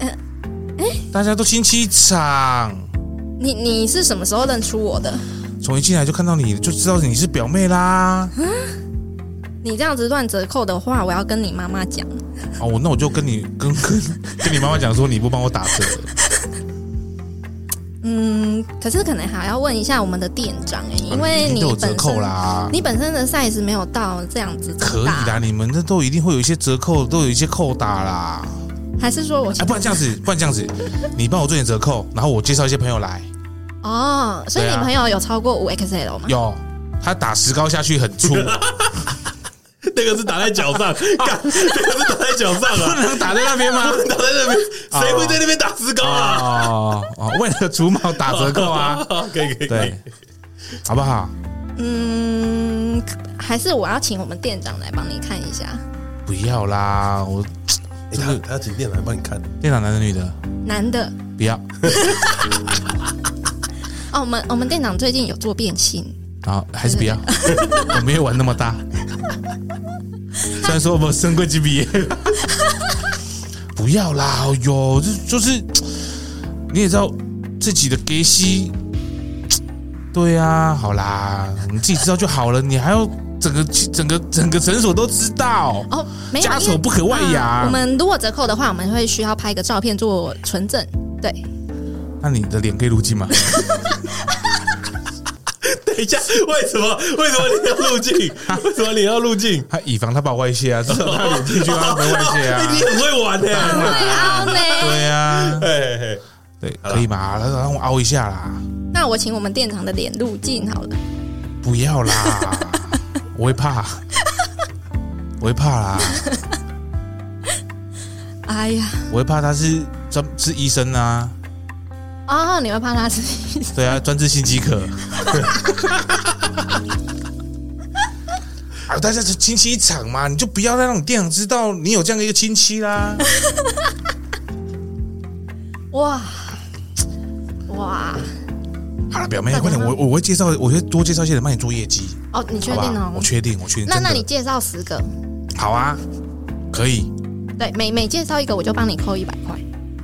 D: 哎
B: 大家都亲戚场，
D: 你你是什么时候认出我的？
B: 从一进来就看到你就知道你是表妹啦。
D: 你这样子乱折扣的话，我要跟你妈妈讲。
B: 哦，我那我就跟你跟跟跟你妈妈讲说，你不帮我打折，
D: 嗯，可是可能还要问一下我们的店长哎、因为
B: 哦一定
D: 你
B: 都有
D: 本
B: 折
D: 身
B: 扣啦。
D: 你本身的 size 没有到这样子这
B: 可
D: 么
B: 以
D: 大，
B: 啦，你们那都一定会有一些折扣，都有一些扣打啦。
D: 还是说我
B: 哎，不然这样子，不然这样子，你帮我做点折扣，然后我介绍一些朋友来。
D: 哦，所以
B: 对
D: 你
B: 啊
D: 朋友有超过五 XL 吗？
B: 有，他打石膏下去很 粗，不
C: 那个是打在脚上，干，那个是打在脚上啊，
B: 能打在那边吗？
C: 打在那边，谁会在那边打石膏 啊？
B: 哦哦，为了除毛打折扣 啊，
C: 可以可以可以
B: 对，，好不好？
D: 嗯，可还是我要请我们店长来帮你看一下，
B: 不要啦，我
C: 哎他他请店来帮你看，
B: 店长男的女的
D: 男的
B: 不要。
D: 哦，我们我们店长最近有做变性，
B: 啊，还是不要，我没有玩那么大。虽然说我们升过级毕业，不要啦，哦哟，这就是你也知道自己的给息，对啊，好啦，你自己知道就好了，你还要整个整个整个诊所都知道，
D: 哦，没有，
B: 家
D: 因为
B: 丑不可外扬
D: 啊我们如果折扣的话，我们会需要拍个照片做存证。对，
B: 那你的脸可以入镜吗？
C: 等一下，为什么？为什么你要入境？为什么你要入境？
B: 他以防他把我外泄啊，至少他脸进去他没外泄
C: 哎你
B: 啊，
C: 很会玩呢、
D: 对啊，嘞。
B: 对啊，
C: 嘿嘿嘿，
B: 对，
C: 啦
B: 可以嘛，让让我凹一下啦，
D: 那我请我们店长的脸入镜好了。
B: 不要啦， 我会怕，我会怕啦。
D: 哎呀，
B: 我会怕他是专是医生啊，
D: 哦，你会怕他是？
B: 对 啊，专治心肌科。啊，大家是亲戚一场嘛，你就不要再让你店长知道你有这样的一个亲戚 啦。
D: 哇哇
B: 好了，表妹，快点，我我会介绍，我会多介绍一些人帮你做业绩，
D: 哦，你确
B: 好
D: 定
B: 吧？
D: 哦？
B: 我确定，我确定。
D: 那
B: 真的
D: 那你介绍十个，
B: 好啊，可以
D: 对，每每介绍一个我就帮你扣一百块，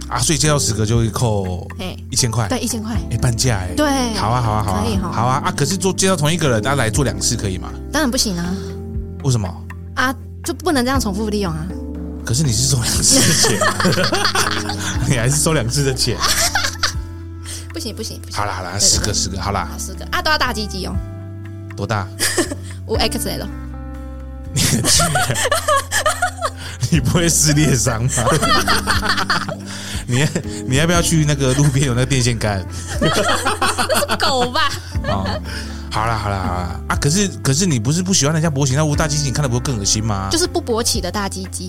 B: 啊，所以介绍十个就会扣
D: 嘿，
B: 一千块，
D: 对，一千块，
B: 哎，半价哎。
D: 对，
B: 好啊，好啊，好啊
D: 可以，哈
B: 好啊啊！可是做介绍同一个人，他来做两次可以吗？
D: 当然不行啊，
B: 为什么？
D: 啊，就不能这样重复利用啊，
B: 可是你是收两次的钱， 你还是收两次的钱。
D: 不行不行不行，
B: 好啦好啦，
D: 对
B: 十个十个，好啦
D: 好，十个啊，都要大鸡鸡哦，
B: 多大？
D: 五 XL，
B: 你不会撕裂伤吧？ 你你要不要去那个路边有那个电线杆？
D: 狗吧？
B: 哦，好啦好啦好啦啊！可是可是你不是不喜欢人家勃起那无大鸡鸡，你看的不会更恶心吗
D: 就？是不勃起的大鸡鸡，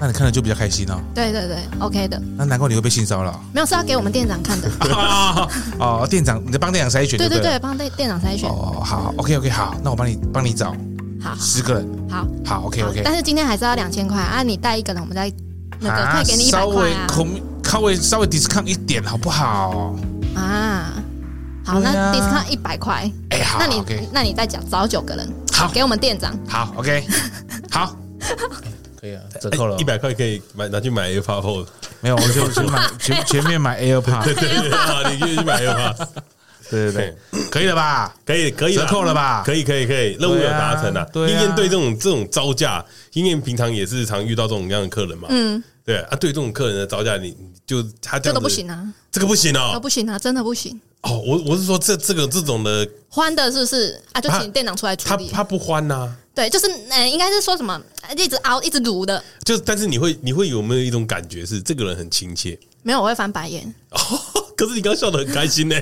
B: 那你看了就比较开心哦。
D: 对对对，OK 的，
B: 那难怪你会被性骚 扰
D: 没有是要给我们店长看的，
B: 哦哦！店长，你在帮店长筛选
D: 对
B: 对
D: 对
B: 了
D: 对，。帮店店长筛选，
B: 哦，好，OK OK，好，那我帮你帮你找
D: 好
B: 十个人，
D: 好
B: 好，OK
D: 好
B: OK，，
D: 但是今天还是要两千块啊，你带一个人，我们再那个快给你一百
B: 稍
D: 块
B: 微
D: 啊。
B: 孔稍微稍微 discount 一点好不好？
D: 啊，好，
B: 对啊
D: 那 discount 一百块，
B: 哎、好，
D: 那你
B: OK，
D: 那你再找找九个人，
B: 好
D: 给我们店长，
B: 好，OK，好， 可以啊，折扣了，
C: 一百块可以买拿去买 AirPod Pro。
B: 没有，我就去买前前面买 AirPod，
C: 对对对，啊，你可以去买 AirPod，
B: 对对对，可以了吧？
C: 可以可以啦
B: 折扣了
D: 啊
B: 吧
C: 可以可以可以，任务有达成了。
B: 对啊对啊
C: 燕燕对这种这种招架，燕燕平常也是常遇到这种样的客人嘛。
D: 嗯，
C: 对啊，对这种客人的招架，你你就他这
D: 这个
C: 个
D: 不行，啊，
C: 这个不行
D: 这个
C: 哦。
D: 不行啊，真的不行，
C: 哦，我我是说这这个这种的，
D: 欢的是不是啊？就
C: 他
D: 请店长出来处
C: 他
D: 理，
C: 他不欢呐。
D: 对，就是呃，应该是说什么，呃一直熬，一直撸的，
C: 就但是你会你会有没有一种感觉是这个人很亲切？
D: 没有，我会翻白眼，
C: 哦，可是你刚刚笑得很开 心呢。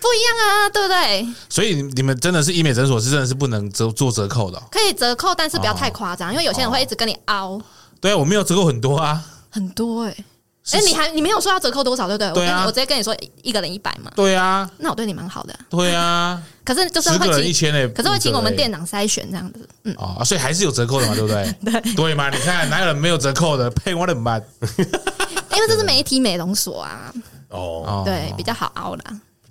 D: 不一样啊，对不对？
B: 所以你们真的是医美诊所是真的是不能折做折扣的哦、
D: 可以折扣，但是不要太夸张，因为有些人会一直跟你凹
B: 对啊，我没有折扣很多啊，
D: 很多哎。
B: 是
D: 哎，你还你没有说要折扣多少，对不对？我
B: 对
D: 跟
B: 啊
D: 你我直接跟你说一个人一百嘛，
B: 对啊，
D: 那我对你蛮好的，
B: 对 啊，
D: 可是就是
B: 十个人
D: 会
B: 一
D: 请，
B: 千诶，
D: 可是会请我们店
B: 脑
D: 长筛选这样子，嗯。
B: 欸哦，啊所以还是有折扣的嘛，对不 对？对，对嘛，你看哪有人没有折扣的？ 配我的慢
D: 因为这是媒体美容所啊，
C: 哦
B: 哦，
D: 对，比较好凹啦。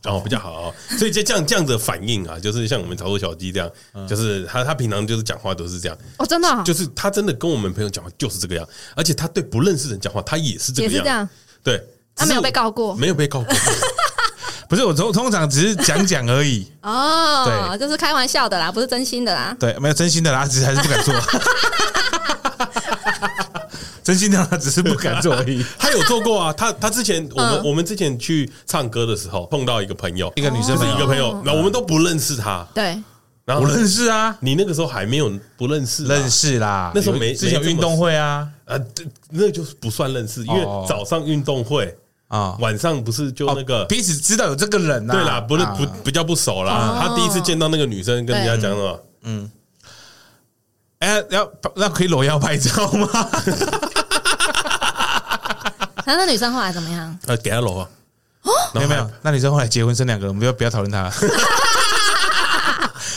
C: 哦，比较好哦。所以就这样这样子的反应啊，就是像我们潮头小鸡这样，
D: 嗯
C: 就是他他平常就是讲话都是这样，
D: 哦，真的哦
C: 就是他真的跟我们朋友讲话就是这个样，而且他对不认识人讲话，他也是这
D: 也
C: 个
D: 是这
C: 样，
D: 样，
C: 对。
D: 他没有被告过
C: 没有被告 过。
B: 不是我通通常只是讲讲而已。
D: 哦，就是开玩笑的啦，不是真心的啦。
B: 对，没有真心的啦，只是还是不 敢做。真心的啦，只是不敢做而已。
C: 他有做过啊，他他之前我们
D: 嗯
C: 我们之前去唱歌的时候碰到一个朋友，
B: 一个女生
C: 就
B: 朋
C: 是一个
B: 友，
C: 朋
D: 嗯
C: 友，那我们都不认识他，
D: 对，
C: 然后
B: 我认识啊，
C: 你那个时候还没有不认识啊，
B: 认识啦。
C: 那时候没
B: 有之前有
C: 没这么
B: 运动会啊
C: 啊，对那就是不算认识，因为
B: 哦
C: 早上运动会，
B: 啊，哦
C: 晚上不是就那个
B: 彼此知道有这个人呐。
C: 对啦，不是
B: 啊
C: 不比较不熟
D: 哦
C: 啦。他第一次见到那个女生，跟人家讲什么？
B: 哎，要那可以裸腰拍照吗？ 啊
D: 那那女生后来怎么样？
C: 呃，给他搂啊。
D: 哦
B: 没有没有，那女生后来结婚生两个人，我们不要不要讨论她。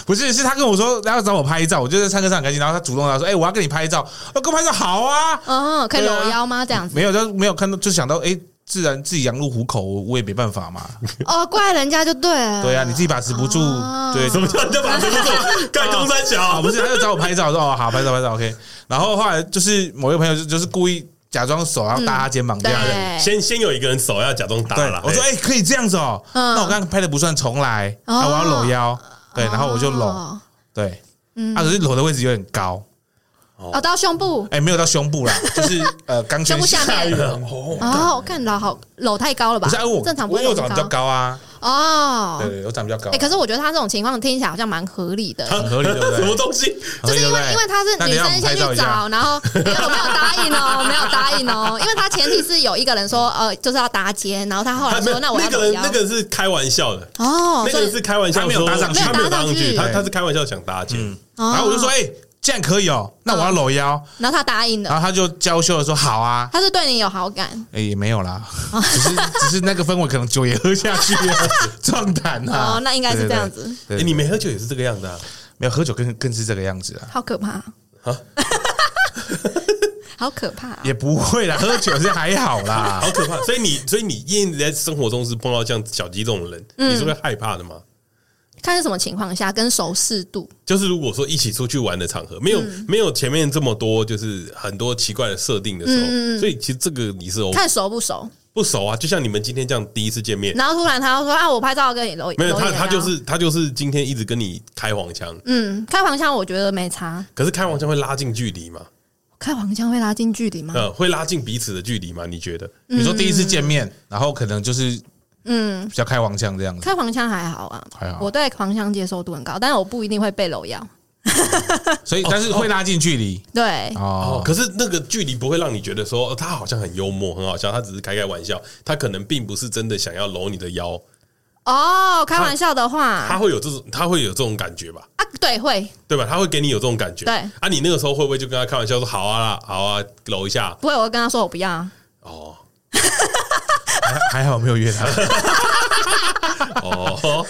B: 不是，是她跟我说她要找我拍照，我就在唱歌上很开心，然后她主动她说：“哎，我要跟你拍照。”我跟我拍照好啊，
D: 哦，可以
B: 对啊
D: 搂腰吗？这样子？
B: 没有就没有看到，就想到哎，自然自己羊入虎口，我也没办法嘛。
D: 哦，怪人家就对了。
B: 啊对啊，你自己把持不住，
D: 哦
B: 对，
C: 什么叫人家把持不住？盖中山
B: 啊？
C: 小
B: 不是，他就找我拍照，我说哦好，拍照拍照，OK。然后后来就是某一个朋友就就是故意假装手要搭他肩膀这样。
D: 对
C: 先先有一个人手要假装打
B: 对
C: 了，，
B: 我说
C: 哎
B: 哎、可以这样子哦、
D: 嗯
B: 那我刚刚拍的不算，重来，
D: 哦
B: 啊，我要搂腰，对，然后我就搂，
D: 哦
B: 对，啊，可是搂的位置有点高，
D: 哦，到胸部
B: 哎、没有到胸 部啦，就是呃钢圈
D: 胸部下面
B: 缘。
D: 哦，我看老好搂太高了吧？
B: 不是啊，我
D: 正常不
B: 我
D: 会
B: 有
D: 搂
B: 长得
D: 那
B: 比
D: 么
B: 较高啊，
D: 哦
B: 对。对，我长得比较高啊
D: 哎，，可是我觉得他这种情况听起来好像蛮合理的，
B: 很合理，对不对？
C: 什么东西？
D: 就是因为因为他是
B: 那等
D: 女
B: 一下我
D: 生
B: 们
D: 先
B: 拍照
D: 去
B: 一下
D: 找，然后没有我没有答应哦， 没有答应哦，因为他前提是有一个人说呃就是要搭肩，然后他后来
C: 他没
D: 哦说
C: 有
D: 那我
C: 那
D: 要
C: 个人
D: 怎么
C: 那
D: 样
C: 个是开玩笑的，
D: 哦，
C: 那
D: 所
C: 个人
D: 以
C: 是开玩笑
B: 他
C: 说，
B: 没有搭上去
C: 他没有搭上
D: 没有搭上
C: 去，
D: 去
C: 他他是开玩笑想搭肩，
D: 哦嗯
B: 然后我就说，哎、这样可以哦、那我要搂腰，
D: 然后他答应
B: 然
C: 啊
D: 了，
B: 后他就娇羞的说好啊，
D: 他是对你有好感
B: 哎、也没有啦，
D: 哦
B: 只是只是那个氛围可能酒也喝下去了，壮胆啊，
D: 哦，那应该是这样子，
B: 对。对
C: 哎，
B: 对
C: 你没喝酒也是这个样子啊？
B: 没有喝酒更更是这个样子啊，
D: 好可怕，
C: 啊
D: 好可怕哦，
B: 也不会啦，喝酒是还好啦
C: 好。可怕！ 所以你，所以你一直在生活中是碰到像小鸡这种人，
D: 嗯
C: 你是会害怕的吗？
D: 看是什么情况下跟熟适度，
C: 就是如果说一起出去玩的场合，没有
D: 嗯
C: 没有前面这么多，就是很多奇怪的设定的时
D: 嗯嗯
C: 候，
D: 嗯
C: 所以其实这个你是 O
D: 看熟不熟，
C: 不熟啊，就像你们今天这样第一次见面，
D: 然后突然他又说啊，我拍照跟你搂，
C: 没有
D: 搂一
C: 他
D: 眼
C: 他
D: 啊
C: 就是他就是今天一直跟你开黄腔，
D: 嗯，开黄腔我觉得没差，
C: 可是开黄腔会拉近距离嘛？
D: 开黄腔会拉近距离吗？
C: 呃，会拉近彼此的距离吗？你觉得？
B: 比如说第一次见面，然后可能就是
D: 嗯，
B: 比较开黄腔这样子，
D: 开黄腔还好啊，
B: 还好
D: 我对黄腔接受度很高，但是我不一定会被搂腰。
B: 所
D: 哦
B: 以但是会拉近距离
D: 对，
B: 哦，。
C: 哦可是那个距离不会让你觉得说、哦他好像很幽默、很好笑，他只是开开玩笑，他可能并不是真的想要搂你的腰，
D: 啊
B: 啊
D: 哦，开玩笑的话
C: 他
D: 啊，
C: 会有这种他会有这种感觉吧？
D: 对，会
C: 对吧？他会给你有这种感觉。
D: 对
C: 啊，你那个时候会不会就跟他开玩笑说好啊啦，好啊，搂一下
D: 不会？我会跟他说我不要啊，
C: 哦
B: 还还好没有约他，
C: 哦，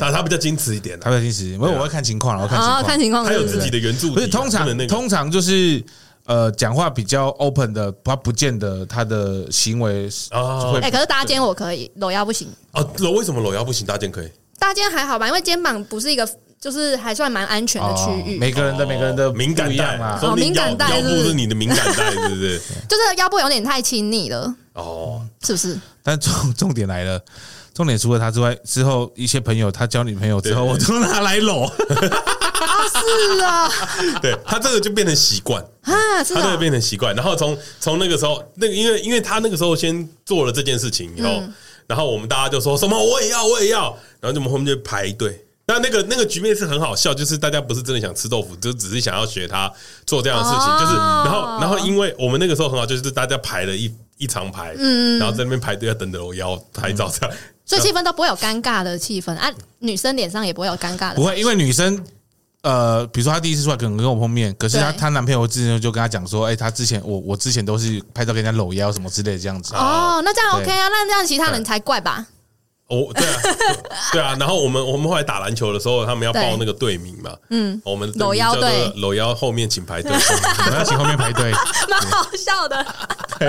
C: 但他比较矜持一点
B: 他
C: 啊，
B: 会其实，因为我会看情况啦，我会看情
D: 哦
B: 况。
D: 看情况
C: 他
D: 是
C: 有
D: 不
C: 自己
D: 是？
C: 的原著体啊，
B: 不是通
C: 不
B: 常
C: 能那个
B: 通常就是呃讲话比较 open 的，他不见得他的行为是
C: 哦
B: 会
D: 哎，可是搭肩我可以，搂腰不行。
C: 哦搂为什么搂腰不行，搭肩可以？
D: 搭肩还好吧，因为肩膀不是一个，就是还算蛮安全的区域，
B: 每个人的
C: 哦
B: 每个人的
C: 敏感
B: 不一
C: 带
B: 样啊啦。
C: 说不定
D: 哦敏感
C: 腰
D: 带
C: 腰
D: 是
C: 部
D: 不是
C: 是你的敏感带，是不 是？
D: 就是腰部有点太亲密了，
C: 哦，
D: 是 不是？
B: 但重重点来了，重点除了他之外，之后一些朋友他交女朋友之后，
C: 对
B: 我都拿来 搂。
D: 啊，是啊，
C: 对他这个就变成习惯，
D: 啊，是
C: 他这个
D: 啊，
C: 变成习惯。然后从从那个时候，那个因为因为他那个时候先做了这件事情以后，
D: 嗯
C: 然后我们大家就说什么我也要我也要，然后就我们后面就排队。那那个那个局面是很好笑，就是大家不是真的想吃豆腐，就只是想要学他做这样的事情。
D: 哦
C: 就是然后然后因为我们那个时候很好，就是大家排了一一长排，
D: 嗯
C: 然后在那边排队要等着我要拍照这样。
D: 所以气氛都不会有尴尬的气氛啊，女生脸上也不会有尴尬的
B: 不会，因为女生，呃，比如说她第一次出来可能跟我碰面，可是她
D: 对
B: 她男朋友之前就跟她讲说，哎、她之前我我之前都是拍照跟人家搂腰什么之类的这样子。
D: 哦，那这样
B: 对
D: OK 啊，那这样其他人才怪吧？
C: 哦，对啊， 对啊。然后我们我们后来打篮球的时候，他们要报那个队名嘛，嗯，我们的队名
D: 搂腰
C: 叫做
D: 队
C: 搂腰后面请排队。
B: 我要请后面排 队，
D: 蛮好笑的。
B: 哦没错
C: 跟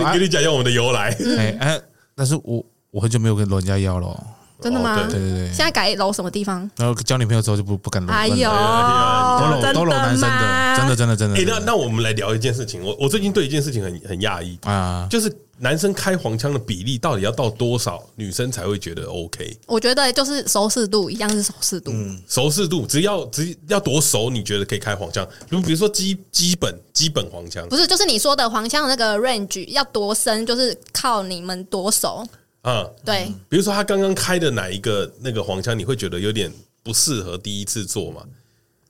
C: 你
B: 啊
C: 跟，你讲一下我们的由来，
D: 嗯
B: 哎哎、但是我我很久没有跟搂人家腰了哦，
D: 真的吗
C: 哦
B: 对
C: 对
B: 对对
D: 现，在改楼什么地方？
B: 然后交女朋友之后就不不敢搂，
D: 哎呦，
B: 不敢
C: 哎
B: 搂都搂都搂男生的，真的
D: 的
B: 真的真的。
C: 哎，
B: 真
C: 那
B: 的
C: 那我们来聊一件事情。我我最近对一件事情很很讶异，
B: 啊，
C: 就是男生开黄腔的比例到底要到多少，女生才会觉得 OK？
D: 我觉得就是熟视度一样是熟视度，
B: 嗯
C: 熟视度，只要只要多熟，你觉得可以开黄腔？如比如说基基本基本黄腔
D: 不是就是你说的黄腔的那个 range 要多深，就是靠你们多熟。
C: 啊，
D: 对，
C: 比如说他刚刚开的哪一个那个黄腔，你会觉得有点不适合第一次做嘛？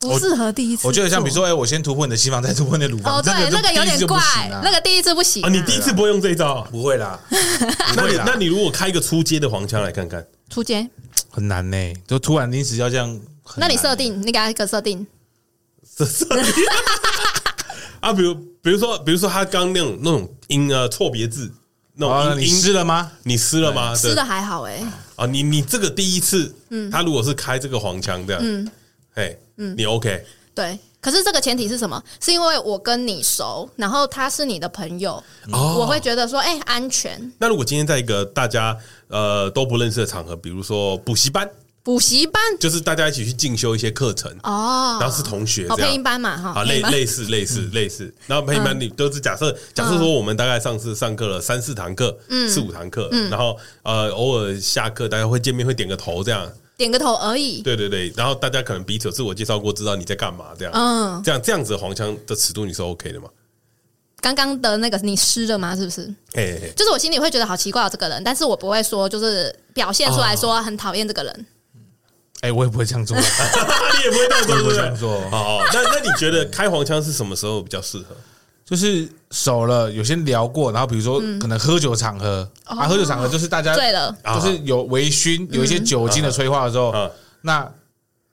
D: 不适合第一次
B: 我觉得像比如说，哎、我先突破你的西方，再突破你的乳房，
D: 哦，对
B: 这，就
D: 那个有
B: 第一次
D: 点
B: 就不
D: 怪
B: 行啊，
D: 那个第一次不行
C: 啊，你第一次不会用这一招啊？
B: 不会啊啦，不
C: 那
B: 会
C: 你
B: 啦，
C: 那你如果开一个出街的黄腔来看看，
D: 出街，
B: 很难呢、就突然临时要这样很难欸、
D: 那你设定，你给他一个设定，
C: 这这啊，比如比如说比如说他刚那种那种音呃错别字那
B: 哦，
C: 种
B: 你
C: 音
B: 湿
C: 音
B: 了吗？
C: 你湿了吗？
D: 吃
C: 对
D: 的还好哎，
C: 啊，你你这个第一次，
D: 嗯
C: 他如果是开这个黄腔这样，嗯，哎，你 OK
D: 对。可是这个前提是什么？是因为我跟你熟，然后他是你的朋友，
C: 哦
D: 我会觉得说，哎，安全。
C: 那如果今天在一个大家呃都不认识的场合，比如说补习班，
D: 补习班
C: 就是大家一起去进修一些课程，
D: 哦，
C: 然后是同学
D: 好
C: 这
D: 配音
C: 样。
D: 班嘛哈，
C: 啊，
D: 配
C: 类
D: 音班
C: 类似类似类似，然后配音班你都是假设假设说我们大概上次上课了三四堂课，四五堂课，然后呃偶尔下课大家会见面会点个头这样，
D: 点个头而已，
C: 对对对，然后大家可能彼此有自我介绍过，知道你在干嘛这样，
D: 嗯，
C: 这样这样子的黄腔的尺度你是 OK 的吗？
D: 刚刚的那个你湿了吗？是不是？
C: 哎、嘿嘿
D: 就是我心里会觉得好奇怪、哦、这个人，但是我不会说，就是表现出来说很讨厌这个人。
B: 哎，我也不会这 样做，
C: 你也不会这样
B: 我
C: 做，
B: 也不
C: 对
B: 会
C: 不对
B: 这样做，
C: 哦，那那你觉得开黄腔是什么时候比较适合？
B: 就是熟了，有些聊过，然后比如说
D: 嗯
B: 可能喝酒场合
D: 哦
B: 啊，喝酒场合就是大家
D: 醉了，
B: 就是有微醺，有一些酒精的催化的时候，
C: 啊嗯，
B: 那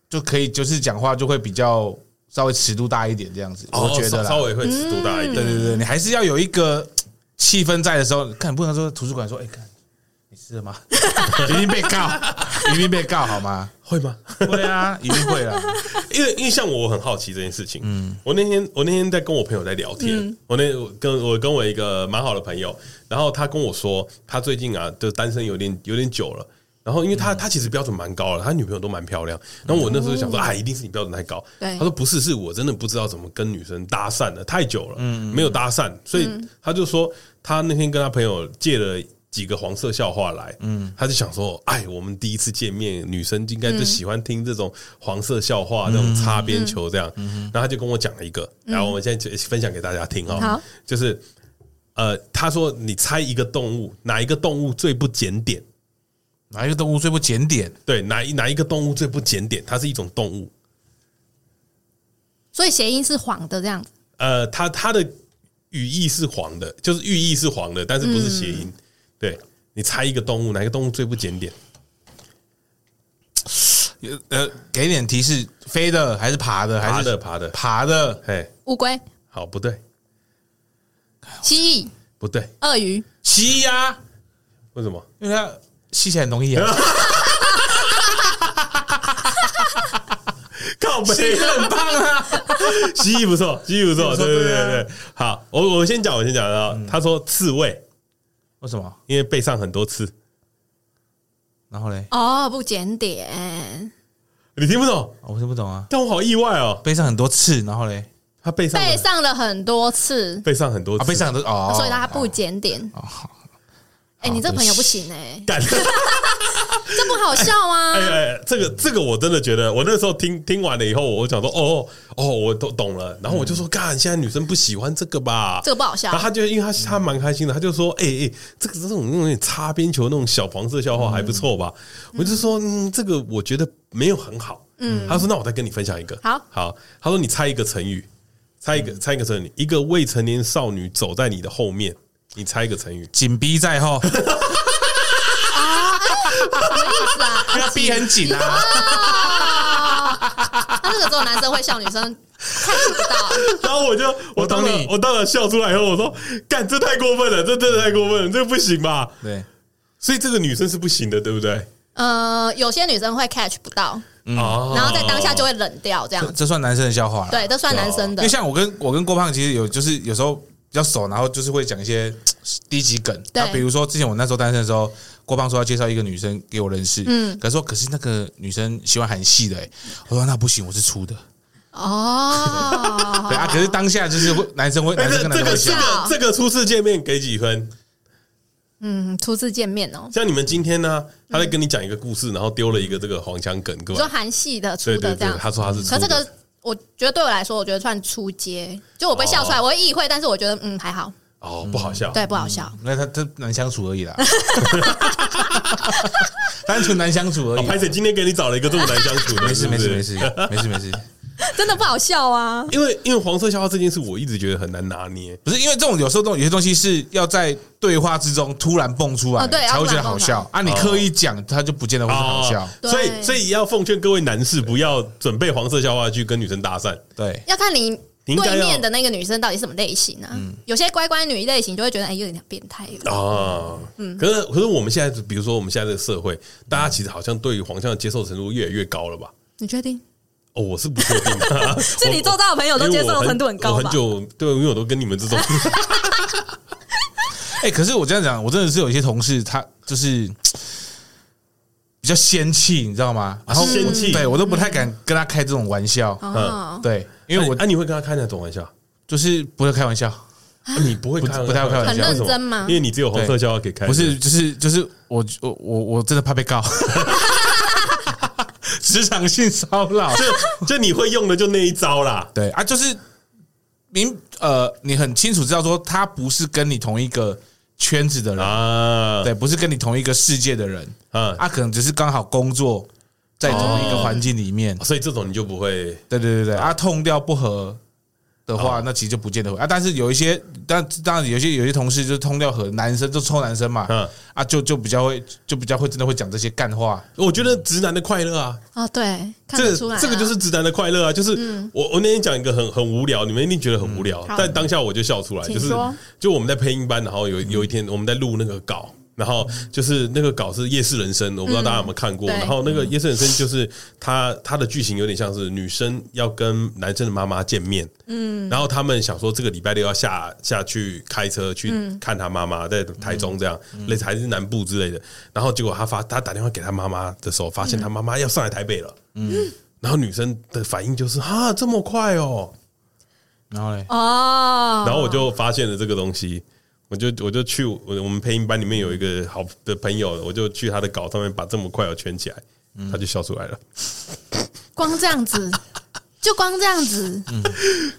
B: 就可以就是讲话就会比较稍微尺度大一点这样子，哦我觉得
C: 稍
B: 啦
C: 哦稍。微会尺度大一点。
B: 对对对，你还是要有一个气氛在的时候，看不能说图书馆说，哎，看你吃了 吗？一定被告，一定被告好吗？
C: 会吗？
B: 会啊，一定会啦。
C: 因为因为像我，我很好奇这件事情。嗯，我那天我那天在跟我朋友在聊天，我那我跟我跟我一个蛮好的朋友，然后他跟我说，他最近啊，就单身有点有点久了。然后，因为他、他其实标准蛮高的，他女朋友都蛮漂亮。然后我那时候就想说，啊，一定是你标准太高。
D: 对
C: 他说不是，是我真的不知道怎么跟女生搭讪了，太久了，没有搭讪，所以他就说，他那天跟他朋友借了。几个黄色笑话来，嗯，他就想说，哎，我们第一次见面，女生应该就喜欢听这种黄色笑话，那种擦边球这样。然后他就跟我讲了一个，然后我们现在就分享给大家听哦
D: 好，
C: 就是呃，他说你猜一个动物，哪一个动物最不检点？
B: 哪一个动物最不检点？
C: 对，哪一哪一个动物最不检点？它是一种动物，
D: 所以谐音是谎的这样子。
C: 呃，它它的语义是黄的，就是寓意是黄的，但是不是谐
B: 嗯
C: 音。对你猜一个动物，哪一个动物最不检点？
B: 呃，给点提示，飞的还是爬的？还是
C: 爬的，爬的，
B: 爬的？
C: 嘿，
D: 乌龟、
C: 好，不对，
D: 蜥蜴、
C: 不对，
D: 鳄鱼，
B: 吸呀、
C: 为什么？
B: 因为它吸起来很容易 啊，
C: 靠
B: 吸
C: 背，
B: 很棒 啊。
C: 蜥蜴不错，蜥蜴不
B: 蜥蜴不错
C: 错，对对
B: 对啊嗯
C: 对对。好，我我先讲，我先讲啊。他说刺猬，
B: 为什么？
C: 因为背上很多刺，
B: 然后嘞，
D: 哦，不检点，
C: 你听不懂，
B: 我是不懂啊。
C: 但我好意外哦。
B: 背上很多刺，然后嘞，
C: 他背上
D: 背上了很多次，
C: 背上很多
B: 啊，
C: 刺，
B: 背上很多哦，
D: 所以他不检点。哎，你这朋友不行哎，
C: 干。
D: 这不好笑
C: 哎
D: 啊！
C: 哎，这个这个我真的觉得，我那时候听听完了以后，我想说，哦哦，我都懂了。然后我就说，干，现在女生不喜欢这个吧？
D: 嗯这个不好笑
C: 然后，他就因为他他蛮开心的，他就说，哎哎，这个这种那种擦边球那种小黄色
D: 嗯
C: 笑话还不错吧？我就说，嗯，这个我觉得没有很好。嗯，他说，那我再跟你分享一个。
D: 好嗯
C: 好，他说你猜一个成语，猜一个猜一个成语，一个未成年少女走在你的后面，你猜一个成语。
B: 紧逼在 后，
D: 什么意思啊？
B: 因为逼很紧啊。
D: 那这个只有男生会笑，女生看不到。
C: 然后我就我当
B: 懂
C: 了
B: 你
C: 我当了笑出来以后，我说：“干，这太过分了，这真的太过分了，这不行吧
B: 对，？”
C: 所以这个女生是不行的，对不对？
D: 呃，有些女生会 catch 不到，
C: 哦
D: 然后在当下就会冷掉，这
B: 嗯这
D: 样
B: 这算男生的笑话了。
D: 对，这
C: 啊
D: 算男生
B: 因
D: 的
B: 为。像我跟我跟郭胖其实有就是有时候比较熟，然后就是会讲一 些低级梗。
D: 对
B: 那比如说之前我那时候单身的时候，郭胖说要介绍一个女生给我认识，嗯，可是说可是那个女生喜欢韩系的、欸，我说那不行，我是粗的。
D: 哦，
B: 对啊，可是当下就是会男生会
C: 哎
B: 男生
C: 这
B: 跟男
C: 这
B: 生
C: 个
B: 会
C: 这
B: 讲，
C: 个这个初次见面给几分？
D: 嗯，初次见面哦，
C: 像你们今天呢，他在跟你讲一个故事，然后丢了一个这个黄腔梗，各
D: 你
C: 位
D: 说。韩系的粗
C: 对对
D: 的这
C: 对
D: 样，，
C: 他说他是粗
D: 可
C: 的。
D: 这个我觉得对我来说，我觉得算出街，就我被笑出来，我会意会，但是我觉得嗯还好，
C: 哦不好笑，
D: 嗯对，不好笑。
B: 那他他难相处而已啦， 单纯难相处而
C: 哦
B: 已啦。
C: 拍谁今天给你找了一个这么难相 处的？
B: 没事
C: 是不
B: 没
C: 是
B: 事没事。没事没事，
C: 嗯
D: 真的不好笑啊！
C: 因为因为黄色笑话这件事，我一直觉得很难拿捏。
B: 不是因为这种有时候东有些东西是要在对话之中突然蹦出来，
D: 哦对
B: 才会觉得
D: 要突然蹦
B: 好笑啊。你刻意讲，它就不见得会是好笑。
C: 哦所以
D: 对
C: 所以要奉劝各位男士，不要准备黄色笑话去跟女生搭讪。
B: 对，
D: 要看你
C: 你应该要嗯
D: 对面的那个女生到底什么类型啊？有些乖乖女类型就会觉得哎、有点变态。
C: 啊，
D: 嗯
C: 可是可是我们现在，比如说我们现在这个社会，大家其实好像对于黄腔的接受程度越来越高了吧？
D: 你确定？
C: 哦，我是不确定 的，
D: 是你周遭的朋友都接受程度很高
C: 我
D: 吧
C: 很？久对，因为我都跟你们这 种
B: 哎，可是我这样讲，我真的是有一些同事，他就是比比较仙气，你知道吗？然后
C: 仙气
B: 对我都不太敢跟他开这种玩笑，
C: 嗯
D: 哦，
B: 对，因为我
C: 哎、啊你会跟他开那种玩笑？
B: 就是不会开玩笑，
C: 啊你不会开玩笑，
B: 不不太会开玩笑
D: 很认真
C: 为什
D: 吗
C: 么因为你只有黄色笑话可以开，
B: 不是，就是就是我我我我真的怕被 告，职场性骚扰，
C: 就就你会用的就那一招啦。
B: 对啊，就是明呃，你很清楚知道说他不是跟你同一个圈子的人，
C: 啊，
B: 对，不是跟你同一个世界的人，
C: 啊，
B: 啊，可能只是刚好工作在同一个环境里面，
C: 所以这种你就不会
B: 对对对对，啊，痛掉不合的话，那其实就不见得会啊。但是有一些，但当然有些有些同事就是痛掉合，男生就抽男生嘛，
C: 嗯
B: 啊，就就比较会，就比较会真的会讲这些干话，
C: 我觉得直男的快乐啊，
D: 哦，对，看
C: 这
D: 得出
C: 个
D: 来啊，嗯
C: 这个就是直男的快乐啊，就是我我那天讲一个很很无聊，你们一定觉得很无聊，但当下我就笑出来，
D: 请
C: 就是
D: 说
C: 就我们在配音班，然后有有一天我们在录那个稿。然后就是那个稿是《夜市人生》，我不知道大家有没有看过。
D: 对
C: 然后那个《夜市人生》就是它它的剧情有点像是女生要跟男生的妈妈见面，嗯，然后他们想说这个礼拜六要下下去开车去看他妈妈，在台中这样，类似还是南部之类的。然后结果他发他打电话给他妈妈的时候，发现他妈妈要上来台北了，然后女生的反应就是啊，这么快哦。
B: 然后嘞，
D: 哦，
C: 然后我就发现了这个东西，我就我就去我我们配音班里面有一个好的朋友，我就去他的稿上面把这么快哦圈起来，
B: 嗯
C: 他就笑出来了。
D: 光这样子， 就光这样子，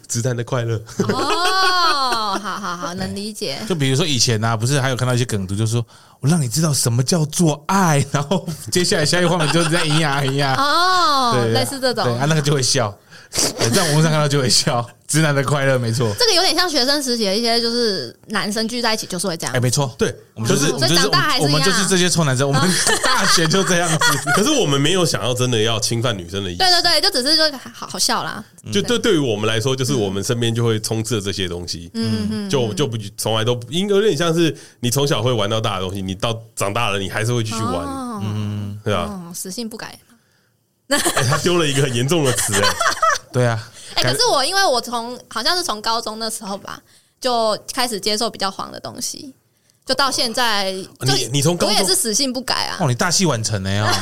C: 直男的快乐，
D: 哦，好好好，能理解。
B: 就比如说以前啊，不是还有看到一些梗图，就说我让你知道什么叫做爱， 然后接下来下一个画面就是在咿呀咿呀，
D: 哦，
B: 对，
D: 类似这种
B: 对，，啊，那个就会笑， 对在网络上看到就会笑，直男的快乐没错，
D: 这个有点像学生时期的一些，就是男生聚在一起就是会这样
B: 哎，。没错，
C: 对，
B: 我们
C: 可
B: 就是是我们就是
D: 所以长大啊还是
B: 我们就
D: 一
B: 是
D: 样啊哦
B: 这些臭男生，我们 大学就这样 子，
C: 可是我们没有想要真的要侵犯女生的意思
D: 对，对对，就只是就好好笑啦。
B: 嗯
C: 就对对于我们来说，就是我们身边就会充斥着这些东西，
D: 嗯嗯，
C: 就就不从来都不应该有点像是你从小会玩到大的东西，你到长大了你还是会继续玩，
D: 哦
B: 嗯
C: 对吧？
D: 哦，死性不改。
C: 哎他丢了一个很严重的词，哎。
B: 对啊，
D: 哎、可是我因为我从好像是从高中那时候吧，就开始接受比较黄的东西，就到现在， 就
C: 哦你你从高
D: 我也
C: 中
D: 是死性不改啊，
B: 哦，你大器晚成哦了呀，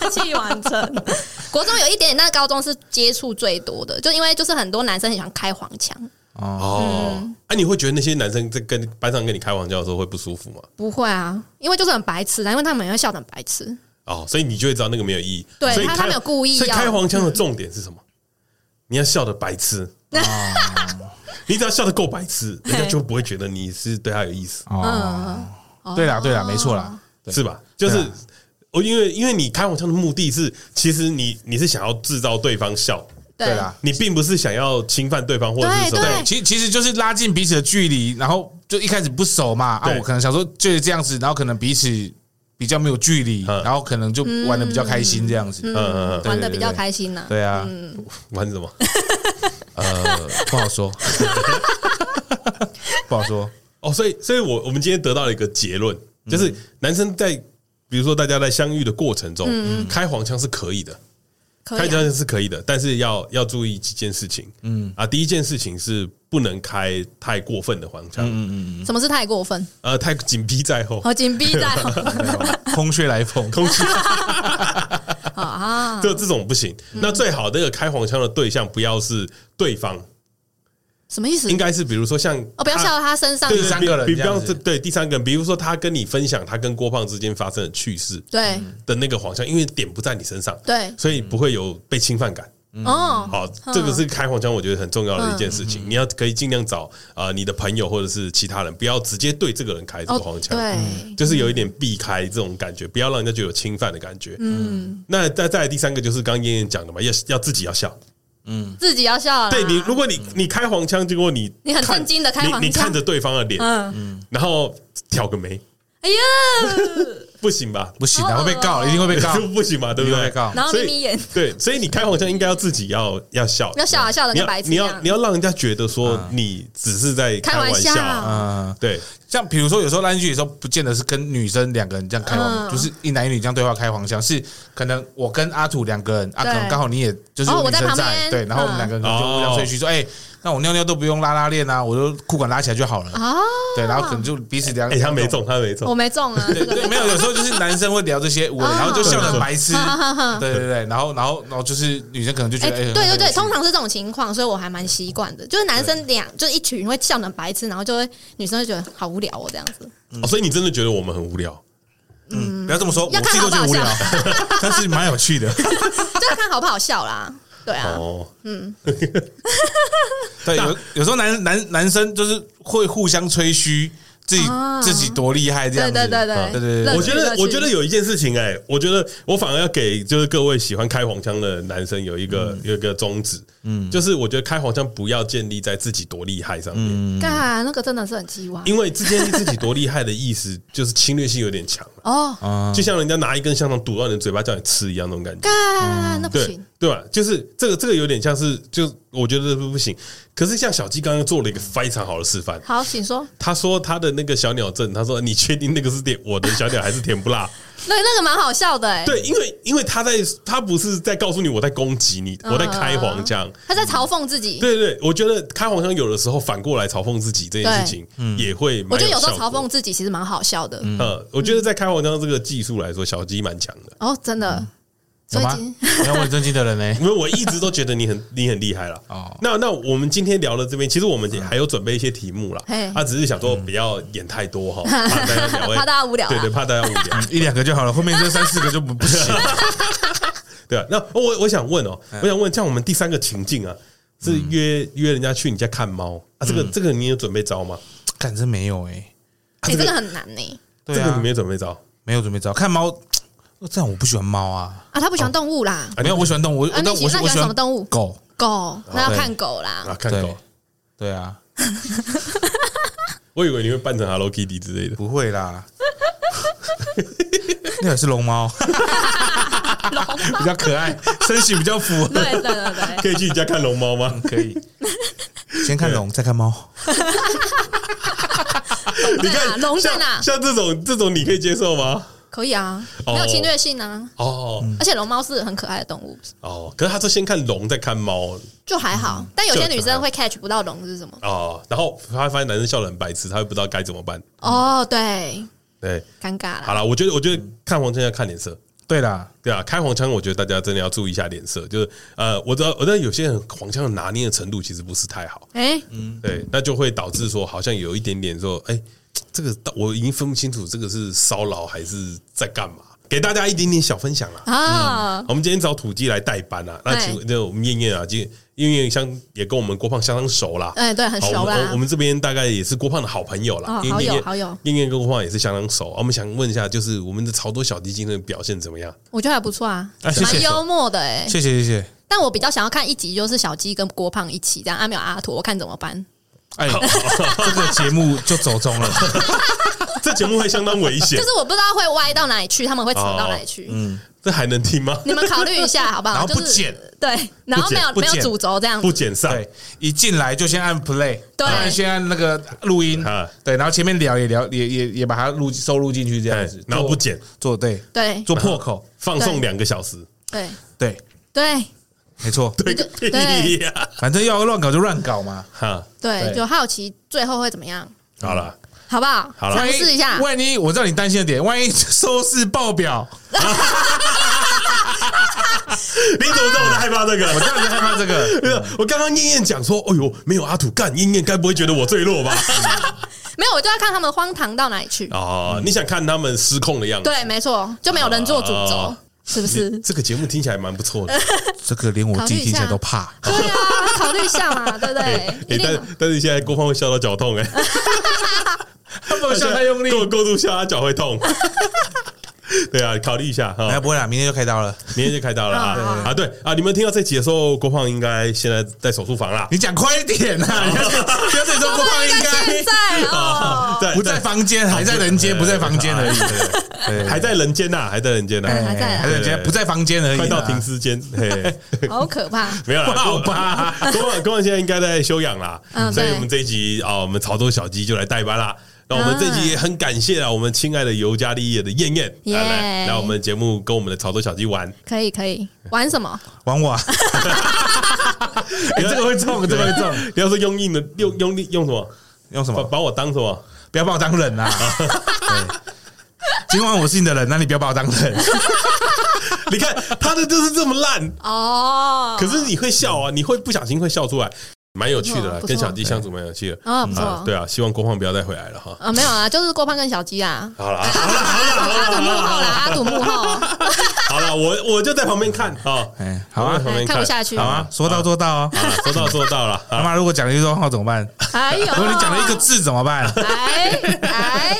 D: 大器晚成。 国中有一点点，但高中是接触最多的，就因为就是很多男生很喜欢开黄腔，
B: 哦，
D: 嗯
C: 哦，哎、你会觉得那些男生在跟班上跟你开玩笑的时候会不舒服吗？
D: 不会啊，因为就是很白痴啊，因为他们也会笑得很白痴，
C: 哦，所以你就会知道那个没有意义。
D: 对
C: 所以
D: 他
C: 开
D: 他没有故意啊
C: 所以
D: 要
C: 开黄腔的重点是什么？你要笑的白 痴。
D: 啊
C: 你只要笑的够白痴，人家就不会觉得你是对他有意思，
D: 嗯
B: 哦，对啦，对啦，没错
D: 哦
B: 啦，对
C: 是吧？就是
B: 对啊
C: 我因为因为你开黄腔的目的是，其实你你是想要制造对方笑，
B: 对啦，
C: 你并不是想要侵犯对方或者是什么。哎
D: 对
B: 对，其其实就是拉近彼此的距离，然后就一开始不熟嘛，啊，
C: 对
B: 我可能想说就是这样子，然后可能彼此比较没有距离，
C: 嗯
B: 然后可能就玩的比较开心这样子，
C: 嗯嗯嗯，
D: 玩
B: 对
D: 的
B: 对
D: 比较
B: 对
D: 开嗯心呐、
B: 对啊，呃
C: 玩什么？
B: 不好说， 不好 说，
C: 哦，所以，所以我我们今天得到了一个结论，就是男生在比如说大家在相遇的过程中，嗯开黄腔是可以的，
D: 可
C: 开
D: 以、啊。
C: 黄腔是可以的，但是要要注意几件事情。嗯啊，第一件事情是不能开太过分的黄腔，
D: 什么是太过分？
C: 呃，太紧逼在后，
D: 好紧逼在哦
B: 空穴来风，
C: 空气
D: 好啊，
C: 这这种不行。那最好那个开黄腔的对象不要是对方，
D: 什么意思
C: 应？该是比如说像
D: 嗯哦，不要
C: 他
D: 笑到他身上。
C: 对
B: 第三个人
C: 比比
B: 这样
C: 方
B: 子
C: 是对第三个人，比如说他跟你分享他跟郭胖之间发生的趣事
D: 对
C: 的那个黄腔，因为点不在你身上，
D: 对，
C: 所以不会有被侵犯感。
D: 哦，
C: 嗯好，这个是开黄腔，我觉得很重要的一件事情。
D: 嗯
C: 你要可以尽量找呃你的朋友或者是其他人，不要直接对这个人开这个
D: 哦
C: 黄，腔，
D: 对，
C: 就是有一点避开这种感觉，不要让人家觉得有侵犯的感觉。嗯，那再再来第三个就是刚刚燕燕讲的嘛，要要自己要笑。
D: 嗯自己要笑啦。
C: 嗯对你，如果你你开黄腔，结果你
D: 你很
C: 看
D: 震惊地开黄腔
C: 你你看着对方的脸，
D: 嗯，
C: 然后挑个眉，
D: 哎呀，
C: 不行吧？
B: 不行啊，会被告，一定会被告，
C: 就不行吧？ 对不
B: 一定会
C: 对
B: 被？告，
D: 然后
C: 所以
D: 眯眯眼，
C: 对，所以你开黄腔应该要自己要 要笑，
D: 要笑啊笑的
C: 你要
D: 跟白痴
C: 你
D: 一
C: 要
D: 样
C: 你。要让人家觉得说
B: 啊
C: 你只是在
D: 开
C: 玩啊
D: 玩笑啊
B: 嗯。
C: 对，
B: 像比如说，有时候烂剧有时候不见得是跟女生两个人这样开黄，
D: 嗯
B: 就是一男一女这样对话开黄腔，是可能我跟阿土两个人，啊，
D: 对
B: 可能刚好你也就是
D: 哦
B: 有
D: 我
B: 女
D: 在
B: 生
D: 旁
B: 在，
D: 边
B: 对，然后我们
D: 嗯
B: 两个人就互相吹嘘说，哎，那我尿尿都不用拉拉链啊，我就裤管拉起来就好了。
D: 啊，
B: 对，然后可能就彼此聊。
C: 哎，他没。中，他没中
D: 我，没中啊，这个
B: 对，没有，有时候就是男生会聊这些，我
D: 哦
B: 然后就笑得很白痴。对对对，然后然后然后就是女生可能就觉
D: 哎、
B: 得，哎，
D: 对
B: 很
D: 对
B: 有
D: 对，
B: 趣
D: 通常是这种情况，所以我还蛮习惯的。就是男生两，就是一群会笑得很白痴，然后就会女生就觉得好无聊哦，这样子。
C: 哦所以你真的觉得我们很无聊？
B: 嗯不要这么说，我
D: 要
B: 自
D: 看
B: 己都觉
D: 好
B: 得无
D: 不好
B: 聊，但是蛮有趣的。
D: 就要看好不好笑啦。对啊，
C: 哦，
B: 对，有有时候男男男生就是会互相吹嘘自己
D: 啊
B: 自己多厉害这样
D: 对
B: 子。
D: 对对
C: 啊
B: 对
D: 对
B: 对对
D: 乐
C: 我
D: 趣
C: 觉得
D: 乐，趣
C: 我觉得有一件事情，哎，我觉得我反而要给就是各位喜欢开黄腔的男生有一个有一个宗旨，嗯，就是我觉得开黄腔不要建立在自己多厉害上
B: 嗯
C: 面，
D: 干那个真的是很鸡歪
C: 因为之间自己多厉害的意思就是侵略性有点强了，
D: 哦，
B: 啊
C: 就像人家拿一根香肠堵到你的嘴巴叫你吃一样那种感觉。
D: 干那
C: 嗯
D: 不
C: 对
D: 行。
C: 对吧？就是这个这个有点像是，就我觉得不行。可是像小鸡刚刚做了一个非常好的示范，
D: 好，请说，
C: 他说他的那个小鸟症，他说你确定那个是甜我的小鸟还是甜不 辣？
D: 那那个蛮好笑的哎、
C: 对，因为因为他在他不是在告诉你我在攻击你，我在
D: 嗯
C: 开黄腔。
D: 他在嘲讽自己。
C: 对对，我觉得开黄腔有的时候反过来嘲讽自己这件事情，也会蛮
D: 我觉得有时候
C: 效
D: 嘲
C: 果
D: 讽。自己其实蛮好笑的。
C: 呃，我觉得在开黄腔这个技术来说，小鸡蛮强的，
D: 哦，真的，
B: 什
D: 所以
B: 么
D: 今？
B: 没有我尊敬的人呢？
C: 因为我一直都觉得你 很你很厉害啦。
B: 哦
C: 那那我们今天聊到这边，其实我们也还有准备一些题目啦
D: 嘿，嗯
C: 他只是想说不要演太多哈，怕大家 聊，哎
D: 怕大家无聊
C: 对对，
D: 啦。
C: 怕大家无 聊。
B: 一两个就好了，后面这三四个就不不行。
C: 对啊，那我我想问哦，
D: 嗯
C: 我想问，像我们第三个情境啊，是约、约人家去你家看猫啊，这个、
D: 嗯
C: 这个你有准备招吗？
B: 感真没有哎，
D: 哎、这个很难呢、
B: 对
C: 这个
B: 啊
C: 你没，有准备招啊？
B: 没有准备招。看猫，这样我不喜欢猫啊。
D: 啊，他不喜欢动物啦，
B: 没有，我喜欢动物，我
D: 啊
B: 但
D: 你
B: 我
D: 喜那
B: 我
D: 喜欢
B: 喜
D: 什
B: 欢
D: 么动物
B: 狗，
D: 狗，那要
B: 对
D: 看狗啦。
C: 啊看
B: 对
C: 狗，
B: 对啊，
C: 我以为你会扮成 Hello Kitty 之 类的。
B: 不会啦。那也是龙猫，比较可爱，身形比较符合，
D: 对对对对，
C: 可以去你家看龙猫 吗？
B: 可以。先看龙，再看猫。
C: 你
D: 在哪
C: 看
D: 啊龙在
C: 像
D: 哪
C: 像这种这种你可以接受吗？
D: 可以啊，
C: 哦
D: 没有侵略性啊，
C: 哦、
D: 而且龙猫是很可爱的动物，
C: 哦，可是他说先看龙，再看猫
D: 就还好。但有些女生会 catch 不到龙是什么？
C: 哦，然后他发现男生笑得很白痴，他会不知道该怎么办。
D: 哦，对，
C: 对，
D: 尴尬
C: 好
D: 啦。
C: 了，我觉得我觉得看黄腔要看脸色。
B: 对啦，
C: 对啊，开黄腔，我觉得大家真的要注意一下脸色，就是呃，我知道，我知道有些人黄腔的拿捏的程度其实不是太好，
D: 哎、
C: 对，那就会导致说好像有一点点说，哎、这个到我已经分不清楚这个是骚扰还是在干嘛，给大家一点点小分享啦。
D: 啊，
C: 我们今天找土鸡来代班啊，那请
D: 哎
C: 那我们燕燕啊，今燕燕相也跟我们郭胖相当熟啦，
D: 哎对很熟啦
C: 好我们我们这边大概也是郭胖的好朋友啦
D: 哦，
C: 因为
D: 好友
C: 燕燕
D: 好友
C: 燕燕跟郭胖也是相当熟。我们想问一下，就是我们的潮州小鸡今天的表现怎么样？
D: 我觉得还不错啊，
B: 啊谢谢
D: 蛮幽默的哎、
B: 谢谢谢谢。
D: 但我比较想要看一集，就是小鸡跟郭胖一起这样，阿、啊、没有阿土，我看怎么办。
B: 哎，这个节目就走中了。
C: 这节目会相当危险
D: 就，是我不知道会歪到哪里去，他们会扯到哪里去。
C: 这还能听吗？
D: 你们考虑一下好不好？
B: 然后不
D: 就是
B: 剪
D: 对，然后没有
B: 不
D: 没
B: 剪
D: 有主轴这样
C: 不
D: 子，
C: 减上，
B: 对，一进来就先按 play，
D: 对
B: 按先按那个录音
C: 啊，
B: 对，然后前面聊也聊，也也也把它录收录进去这样子
C: 哎，然后
B: 做
C: 不剪，
B: 做对
D: 对
B: 做破口，
C: 放送两个小时，
D: 对
B: 对，
D: 对
B: 没错，
C: 对
D: 就
C: 屁呀！
B: 反正要乱搞就乱搞嘛。
C: 哈，
D: 对，
B: 对
D: 就好奇最后会怎么样，
C: 好了，
D: 好不好？
C: 好啦
D: 尝
B: 万一
D: 试一下，
B: 万一我知道你担心的点，万一收视爆表，
C: 你怎么知道我在害怕这
B: 我知
C: 个？
B: 道你在害怕这个，
C: 没有我刚刚燕燕讲说，哎呦，没有阿土干，燕燕该不会觉得我最弱吧？
D: 没有我就要看他们荒唐到哪里 去。
C: 哦，你想看他们失控的样子？
D: 对，没错，就没有人做主轴
C: 哦，
D: 是不是？
C: 这个节目听起来蛮不错的，
B: 这个连我自己听起来
D: 考虑一下
B: 都怕。
D: 对啊，考虑一下嘛，对不对？一
C: 哎，
D: 定
C: 但但是现在郭胖会笑到脚痛，哎，
B: 他不笑太用力，
C: 过过度笑他脚会痛。 对啊，考虑一下
B: 哎，
C: 哈，
B: 不会啦，明天就开刀了。
C: 明天就开刀了啊！啊，对啊，你们听到这集的时候，郭胖应该现在在手术房啦。
B: 你讲快一点啊！你要不要自己说郭胖应
D: 现
B: 该
D: 在哦，
C: 啊在 哎
B: 不在房间，还在人间，不在房间而已。
C: 已，还在人间呐，还在人间呐，
B: 哎
D: 还在啊
B: 还在人
C: 对
B: 间，
C: 对
B: 不在房间而已啦。
C: 快到停尸间，嘿，
D: 好可怕。
C: 没有啦，
B: 不好吧
C: 吧？公公公现在应该在休养啦，
D: 嗯
C: 所以
D: 对嗯
C: 我们这一集啊，我们潮州小鸡就来代班啦。那我们这一集也很感谢啊，我们亲爱的尤加利叶的燕燕来来
D: 耶
C: 来我们节目跟我们的潮州小鸡玩，
D: 可以可以，玩什么？
B: 玩我啊，哎 这个会中，这个会中。
C: 你要说用硬的，用用力用什么？
B: 用什
C: 把
B: 么？
C: 把我当什么？
B: 不要把我当人啊！ 对今晚我是你的人，那你不要把我当人。
C: 你看他的就是这么烂，
D: 哦，
C: 可是你会笑啊，你会不小心会笑出来，蛮有趣的啦
D: 不错不错
C: 跟小弟相处蛮有趣的
D: 哦，不
C: 啊。
D: 错，
C: 对啊，希望郭胖不要再回来了
B: 嗯
C: 哈。
D: 啊，没有啊，就是郭胖跟小鸡啊，
C: 好 了，好了，好了，
D: 阿
C: 好
D: 土幕
C: 了，
D: 后啦，阿土幕后，
C: 好了， 我我就在旁边看啊。
B: 哎，好啊
C: 我在，旁边
D: 看不下去
B: 好啊，说到做到哦。
C: 好了说到做到了
B: 妈
C: 啊。
B: 妈，如果讲了一段话怎么办？
D: 哎呦，
B: 如果你讲了一个，字怎么 办？
D: 哎哎，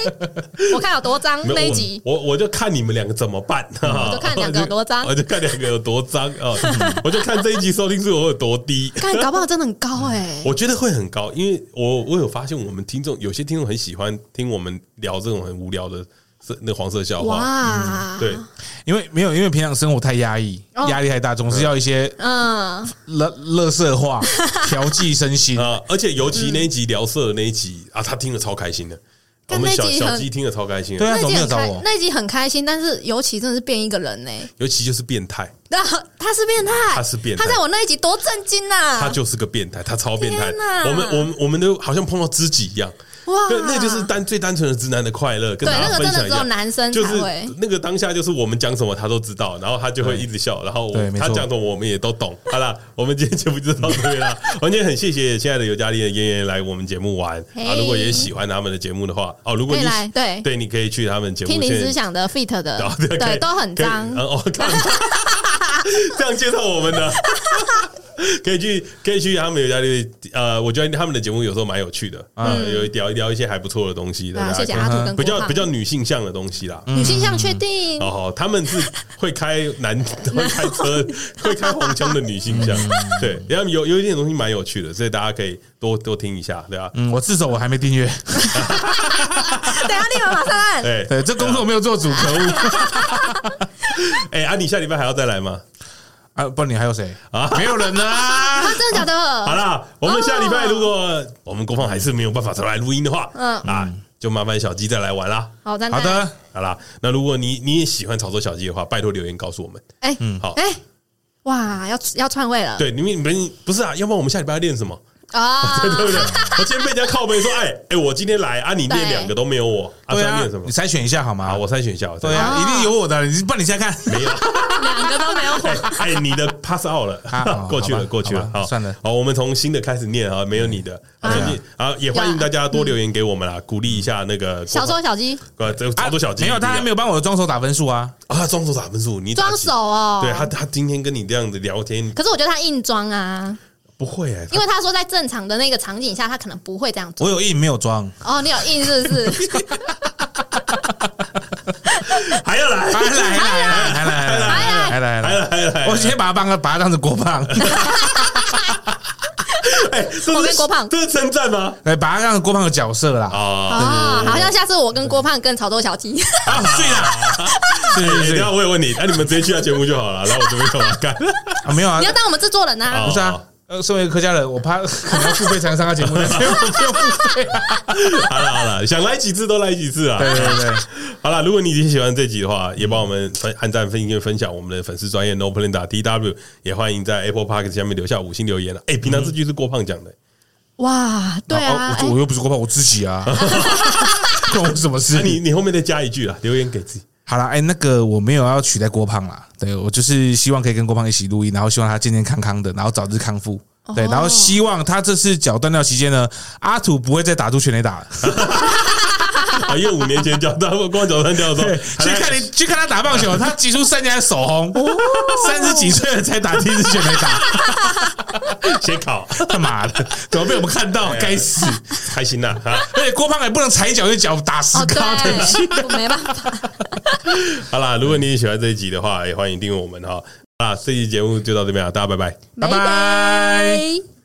D: 我看有多脏
C: 没有
D: 那一集，
C: 我我我就看你们两个怎么 办，我
D: 就看两个有多脏
C: 我就看两个有多脏啊！我就看这一集收听数有多低，
D: 看搞不好真的很高哎，
C: 我觉得会很高，因为我我有发现我们听众有些听众很喜欢听我们聊这种很无聊的色那黄色笑话，
D: 哇，
C: 嗯对，
B: 因为没有，因为平常生活太压抑，
D: 哦
B: 压力太大，总是要一些
D: 嗯，
B: 乐乐色 化调剂身心。
C: 啊，而且尤其那一集聊色的那一集啊，他听了超开心的，我
D: 但
C: 们
D: 那
C: 小
D: 集
C: 小
D: 很
C: 鸡听了超开心的
B: 对，啊，
D: 那
B: 怎么
D: 集
B: 没有
D: 很
B: 找
D: 开
B: 我，？
D: 那集很开心，但是尤其真的是变一个人呢、
C: 尤其就是变态，
D: 那他是变态，
C: 他是变态
D: 他在我那一集多震惊呐、
C: 他就是个变态，他超变态
D: 啊天。哪
C: 我们我们我们都好像碰到知己一样，
D: 哇
C: 对，那就是单最单纯的直男的快乐，跟
D: 对
C: 大家
D: 那个
C: 分
D: 真的
C: 享一
D: 只
C: 下
D: 有。男生才
C: 就是
D: 会，
C: 那个当下，就是我们讲什么他都知道，然后他就会一直笑，然后我
B: 对没错
C: 他讲什么我们也都懂。 好啦，我们今天节目就到这边啦。完全很谢谢亲爱的尤加利的妍妍来我们节目玩
D: 嘿
C: 啊！如果也喜欢他们的节目的话，哦，如果
D: 可以
C: 你
D: 来对
C: 对，你可以去他们节目
D: 听林
C: 现
D: 思想的 fit 的
C: 哦，
D: 对
C: 可以
D: 都很
C: 可以
D: 脏。
C: 嗯哦，看 这样介绍我们的， 可以去可以去他们有家里，呃，我觉得他们的节目有时候蛮有趣的，嗯，有聊聊一些还不错的东西的
D: 对啊，，谢谢阿
C: 大家
D: 土
C: 可以嗯
D: 跟
C: 比
D: 郭
C: 较嗯
D: 胖
C: 比较女性向的东西啦。
D: 女性向确定，
C: 哦，好他们是会开男会开车会开黄腔的女性向，对，然后有有一点东西蛮有趣的，所以大家可以多多听一下，对吧？
B: 嗯，我至少我还没订阅。
D: 等一下立马马上按。
C: 对，
B: 对，这工作没有做主，可恶
C: 哎，啊，你下礼拜还要再来吗？
B: 啊！不然你还有谁
C: 啊
B: 啊？ 没有人啊！
D: 啊，真的假
C: 好
D: 的？
C: 啦，我们下礼拜如果我们国防还是没有办法再来录音的话，
D: 嗯
C: 啊，就麻烦小鸡再来玩啦。
D: 好，赞
B: 好
D: 赞。
B: 的，
C: 好啦，那如果你你也喜欢炒作小鸡的话，拜托留言告诉我们。
D: 哎，
C: 嗯好
D: 哎，哇，要要篡位了，
C: 对，你们你们不是啊？要不然我们下礼拜要练什么？
D: 啊
C: 对，不对？我今天被人家靠背说，哎哎，我今天来啊，你练
D: 对
C: 两个都没有我，啊，
B: 对
C: 这样
B: 啊
C: 练什，么
B: 你？筛选一下好吗
C: 啊，？我筛选一下，我筛选
B: 对
C: 一下
B: 啊，
D: 哦
B: 一定有我的，你不然你现在 看。
C: 没有。
D: 两个都没有我。
C: 哎，你的 pass out 了
B: 啊，
C: 过去了，
B: 好吧
C: 过去了
B: 好，吧
C: 好，
B: 算了嗯
C: 好，我们从新的开始念啊，没有你的，啊，最近啊，也欢迎大家多留言给我们啦，鼓励一下那个
D: 小时候小鸡
C: 呃，这操作小鸡、
B: 啊没有，他还没有帮我的装手打分数啊。
C: 啊，装手打分数，你打
D: 装
C: 几
D: 手，哦，
C: 对他，他今天跟你这样子聊天
D: 可是我觉得他硬装啊，
C: 不会哎、
D: 因为他说在正常的那个场景下，他可能不会这样做。
B: 我有印没有 装，
D: 哦，你有硬 是不是？
C: 他还要
B: 还
C: 来，
B: 来还来还来
D: 哎
B: 还来还来还
C: 还
B: 来，
C: 来还来，
B: 我直接把他帮他把他当成郭 胖，
C: 哎，这是
D: 我跟郭胖
C: 这是称赞吗？
B: 对，哎把他当成郭胖的角色 啦。
C: 啊，
D: 哦，好像下次我跟郭胖跟潮州小鸡，
B: 啊，对啦，
C: 对对对，我有问你，那你们直接去他节目就好了，然后我这边干嘛 干？哦
B: 啊没有啊
D: 你要，当我们制作人啊
B: 不！是啊。呃，身为客家人，我怕可能要付费才能上他节目，所以我就付费啊。
C: 好了好了，想来几次都来几次啊！
B: 对对对，
C: 好了，如果你已经喜欢这集的话，也帮我们分按赞、分享、分享我们的粉丝专业 No Plan 打 T W，也欢迎在 Apple Park 下面留下五星留言了。哎，平常这句是郭胖
B: 嗯
C: 讲的，
D: 哇， 对啊，
B: 我
D: 哎
B: 我又不是郭胖，我自己啊， 关我什么
C: 那
B: 事？
C: 啊你你后面再加一句啦，留言给自己。
B: 好啦，哎、那个我没有要取代郭胖啦，对我就是希望可以跟郭胖一起录音，然后希望他健健康康的，然后早日康复。对，然后希望他这次脚断掉期间呢，阿土不会再打出全垒打了。
C: 啊，因为五年前脚断，光脚断掉的时候，
B: 去看你去看他打棒球，他击出三家手红，三十几岁了才打第一次全垒打，
C: 写考，
B: 他妈的，怎么被我们看到？该死！
C: 开心呐、啊！
B: 而且郭胖也不能踩脚就脚打石
D: 哦
B: 膏的。
D: 对，我 没办法，
C: 好啦，如果你也喜欢这一集的话，也欢迎订阅我们哈。啊，这期节目就到这边了，大家拜拜。
B: 拜拜
D: 拜拜